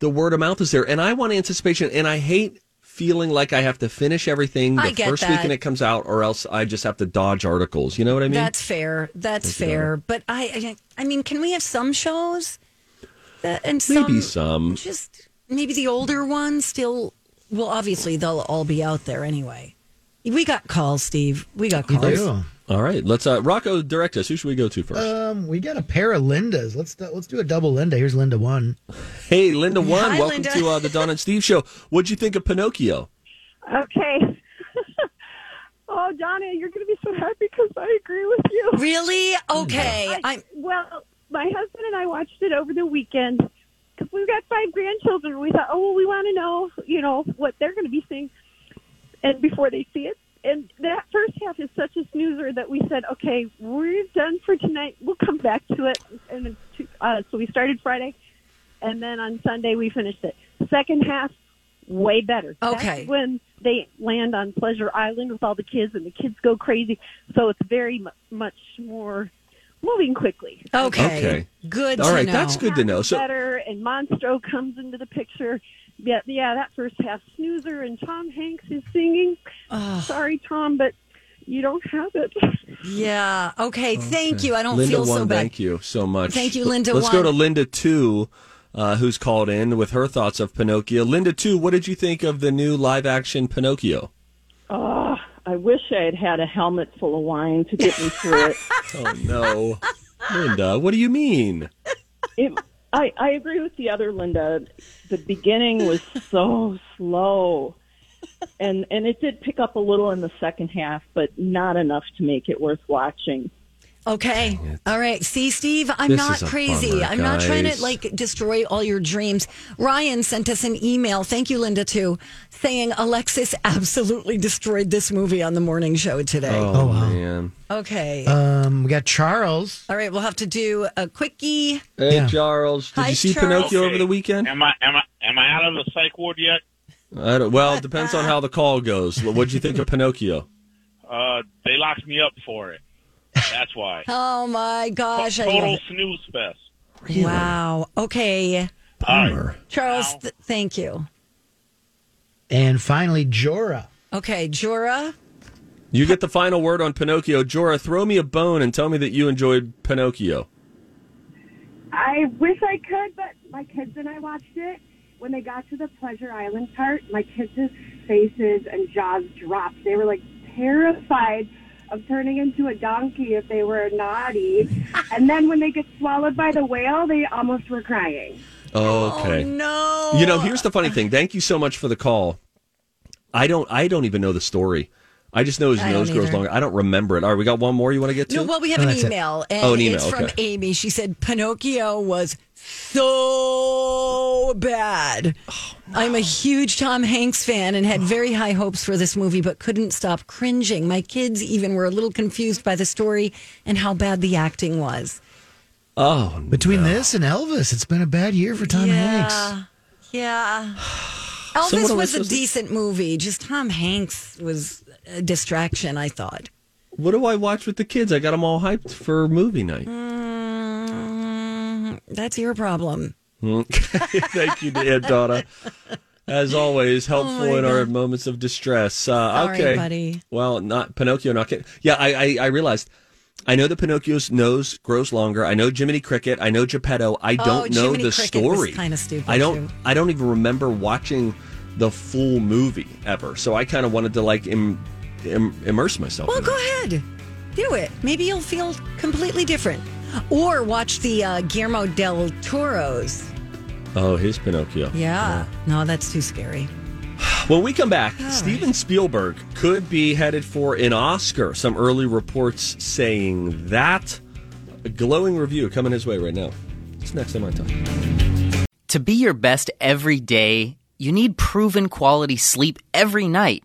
[SPEAKER 5] the word of mouth is there. And I want anticipation. And I hate feeling like I have to finish everything the
[SPEAKER 1] I get
[SPEAKER 5] first
[SPEAKER 1] that.
[SPEAKER 5] weekend it comes out or else I just have to dodge articles. You know what I mean?
[SPEAKER 1] That's fair. That's fair. But I, I, I mean, can we have some shows that and some,
[SPEAKER 5] Maybe some.
[SPEAKER 1] just maybe the older ones still? Well, obviously they'll all be out there anyway. We got calls, Steve. We got
[SPEAKER 2] You
[SPEAKER 1] calls.
[SPEAKER 2] do.
[SPEAKER 5] All right. Let's, uh, Rocco, direct us. Who should we go to
[SPEAKER 1] Uh,
[SPEAKER 5] first?
[SPEAKER 2] Um, we got a pair of Lindas. Let's do- let's do a double Linda. Here's Linda one.
[SPEAKER 5] hey, Linda One,
[SPEAKER 1] Hi,
[SPEAKER 5] welcome
[SPEAKER 1] Linda.
[SPEAKER 5] to uh, the Don and Steve show. What'd you think of Pinocchio?
[SPEAKER 4] Okay. oh, Donna, you're going to be so happy because I agree with you.
[SPEAKER 1] Really? Okay. I'm.
[SPEAKER 4] Well, my husband and I watched it over the weekend because we've got five grandchildren. We thought, oh, well, we want to know, you know, what they're going to be seeing, and before they see it. And that first half is such a snoozer that we said, okay, we're done for tonight. We'll come back to it. And uh, so we started Friday, and then on Sunday we finished it. Second half, way better.
[SPEAKER 1] Okay.
[SPEAKER 4] That's when they land on Pleasure Island with all the kids, and the kids go crazy. So it's very mu- much more moving quickly.
[SPEAKER 1] Okay.
[SPEAKER 5] Okay.
[SPEAKER 1] Good.
[SPEAKER 5] All
[SPEAKER 1] to
[SPEAKER 5] right,
[SPEAKER 1] know.
[SPEAKER 5] that's good to know. So,
[SPEAKER 4] better, and Monstro comes into the picture. Yeah, yeah, that first half snoozer, and Tom Hanks is singing. Sorry, Tom, but you don't have it.
[SPEAKER 1] Yeah. Okay. Thank you. I don't
[SPEAKER 5] Linda
[SPEAKER 1] feel
[SPEAKER 5] one,
[SPEAKER 1] so bad.
[SPEAKER 5] thank you so much.
[SPEAKER 1] Thank you, Linda
[SPEAKER 5] Let's
[SPEAKER 1] one.
[SPEAKER 5] go to Linda two, uh, who's called in with her thoughts of Pinocchio. Linda two, what did you think of the new live action Pinocchio?
[SPEAKER 4] Oh, I wish I had had a helmet full of wine to get me through it.
[SPEAKER 1] (laughs)
[SPEAKER 5] Oh no, Linda, what do you mean?
[SPEAKER 4] it I, I agree with the other Linda. The beginning was so slow. And and it did pick up a little in the second half, but not enough to make it worth watching.
[SPEAKER 1] Okay. All right. See, Steve, I'm
[SPEAKER 4] This
[SPEAKER 1] not
[SPEAKER 4] is a
[SPEAKER 1] crazy.
[SPEAKER 4] bummer,
[SPEAKER 1] I'm not trying to
[SPEAKER 4] guys.
[SPEAKER 1] like destroy all your dreams. Ryan sent us an email. Thank you, Linda, too, saying Alexis absolutely destroyed this movie on the morning show today.
[SPEAKER 5] Oh, man.
[SPEAKER 1] Okay.
[SPEAKER 4] Uh.
[SPEAKER 2] Um, we got Charles.
[SPEAKER 1] all right. We'll have to do a quickie.
[SPEAKER 5] Hey,
[SPEAKER 2] Yeah.
[SPEAKER 5] Charles, did
[SPEAKER 1] Hi,
[SPEAKER 5] you see
[SPEAKER 1] Charles.
[SPEAKER 5] Pinocchio over the weekend?
[SPEAKER 10] Am I am I am I out of the psych ward yet?
[SPEAKER 5] I don't, well, it depends on how the call goes. What'd you think of Pinocchio?
[SPEAKER 10] Uh, they locked me up for it. That's why.
[SPEAKER 1] Oh, my gosh. I love
[SPEAKER 10] Total
[SPEAKER 1] it.
[SPEAKER 10] snooze fest.
[SPEAKER 1] Wow. Okay.
[SPEAKER 10] Bummer.
[SPEAKER 1] Charles, th- thank you.
[SPEAKER 2] And finally, Jorah.
[SPEAKER 1] Okay. Jura.
[SPEAKER 5] You get the final word on Pinocchio. Jorah, throw me a bone and tell me that you enjoyed Pinocchio.
[SPEAKER 4] I wish I could, but my kids and I watched it. When they got to the Pleasure Island part, my kids' faces and jaws dropped. They were like terrified of turning into a donkey if they were naughty. (laughs) and then when they get swallowed by the whale, they almost were crying.
[SPEAKER 5] Okay.
[SPEAKER 1] no.
[SPEAKER 5] Oh, You know, here's the funny thing. Thank you so much for the call. I don't. I don't even know the story. I just know his
[SPEAKER 1] I
[SPEAKER 5] nose
[SPEAKER 1] don't
[SPEAKER 5] grows
[SPEAKER 1] either.
[SPEAKER 5] longer. I don't remember it. All right, we got one more. You want to get to?
[SPEAKER 1] No, well, we have an email, and
[SPEAKER 5] oh, an email.
[SPEAKER 1] it's
[SPEAKER 5] okay.
[SPEAKER 1] from Amy. She said Pinocchio was so bad. I'm a huge Tom Hanks fan and had very high hopes for this movie, but couldn't stop cringing. My kids even were a little confused by the story and how bad the acting was.
[SPEAKER 5] Oh,
[SPEAKER 2] between this and Elvis, it's been a bad year for Tom Hanks.
[SPEAKER 1] Yeah.
[SPEAKER 5] (sighs)
[SPEAKER 1] Yeah. Elvis
[SPEAKER 2] Someone was
[SPEAKER 1] was a
[SPEAKER 2] supposed to-
[SPEAKER 1] decent movie. Just Tom Hanks was a distraction, I thought.
[SPEAKER 5] What do I watch with the kids? I got them all hyped for movie night.
[SPEAKER 1] Mm, that's your problem.
[SPEAKER 5] Okay. (laughs) Thank you, Aunt Donna. As always, helpful
[SPEAKER 1] Oh my
[SPEAKER 5] in our
[SPEAKER 1] God.
[SPEAKER 5] moments of distress. Uh,
[SPEAKER 1] Sorry,
[SPEAKER 5] okay,
[SPEAKER 1] buddy.
[SPEAKER 5] Well, not Pinocchio. Not get- yeah. I, I I realized. I know that Pinocchio's nose grows longer. I know Jiminy Cricket. I know Geppetto. I
[SPEAKER 1] Oh,
[SPEAKER 5] don't know
[SPEAKER 1] Jiminy
[SPEAKER 5] the
[SPEAKER 1] Cricket was
[SPEAKER 5] story.
[SPEAKER 1] kinda stupid,
[SPEAKER 5] I don't.
[SPEAKER 1] too.
[SPEAKER 5] I don't even remember watching the full movie ever. So I kind of wanted to like Im- im- immerse myself.
[SPEAKER 1] Well,
[SPEAKER 5] in
[SPEAKER 1] go ahead. Do it. Maybe you'll feel completely different. Or watch the uh, Guillermo del Toro's.
[SPEAKER 5] it. Oh, his Pinocchio.
[SPEAKER 1] Yeah. No, that's too scary.
[SPEAKER 5] When we come back, Steven Spielberg could be headed for an Oscar. Some early reports saying that. A glowing review coming his way right now. It's next on my time.
[SPEAKER 11] To be your best every day, you need proven quality sleep every night.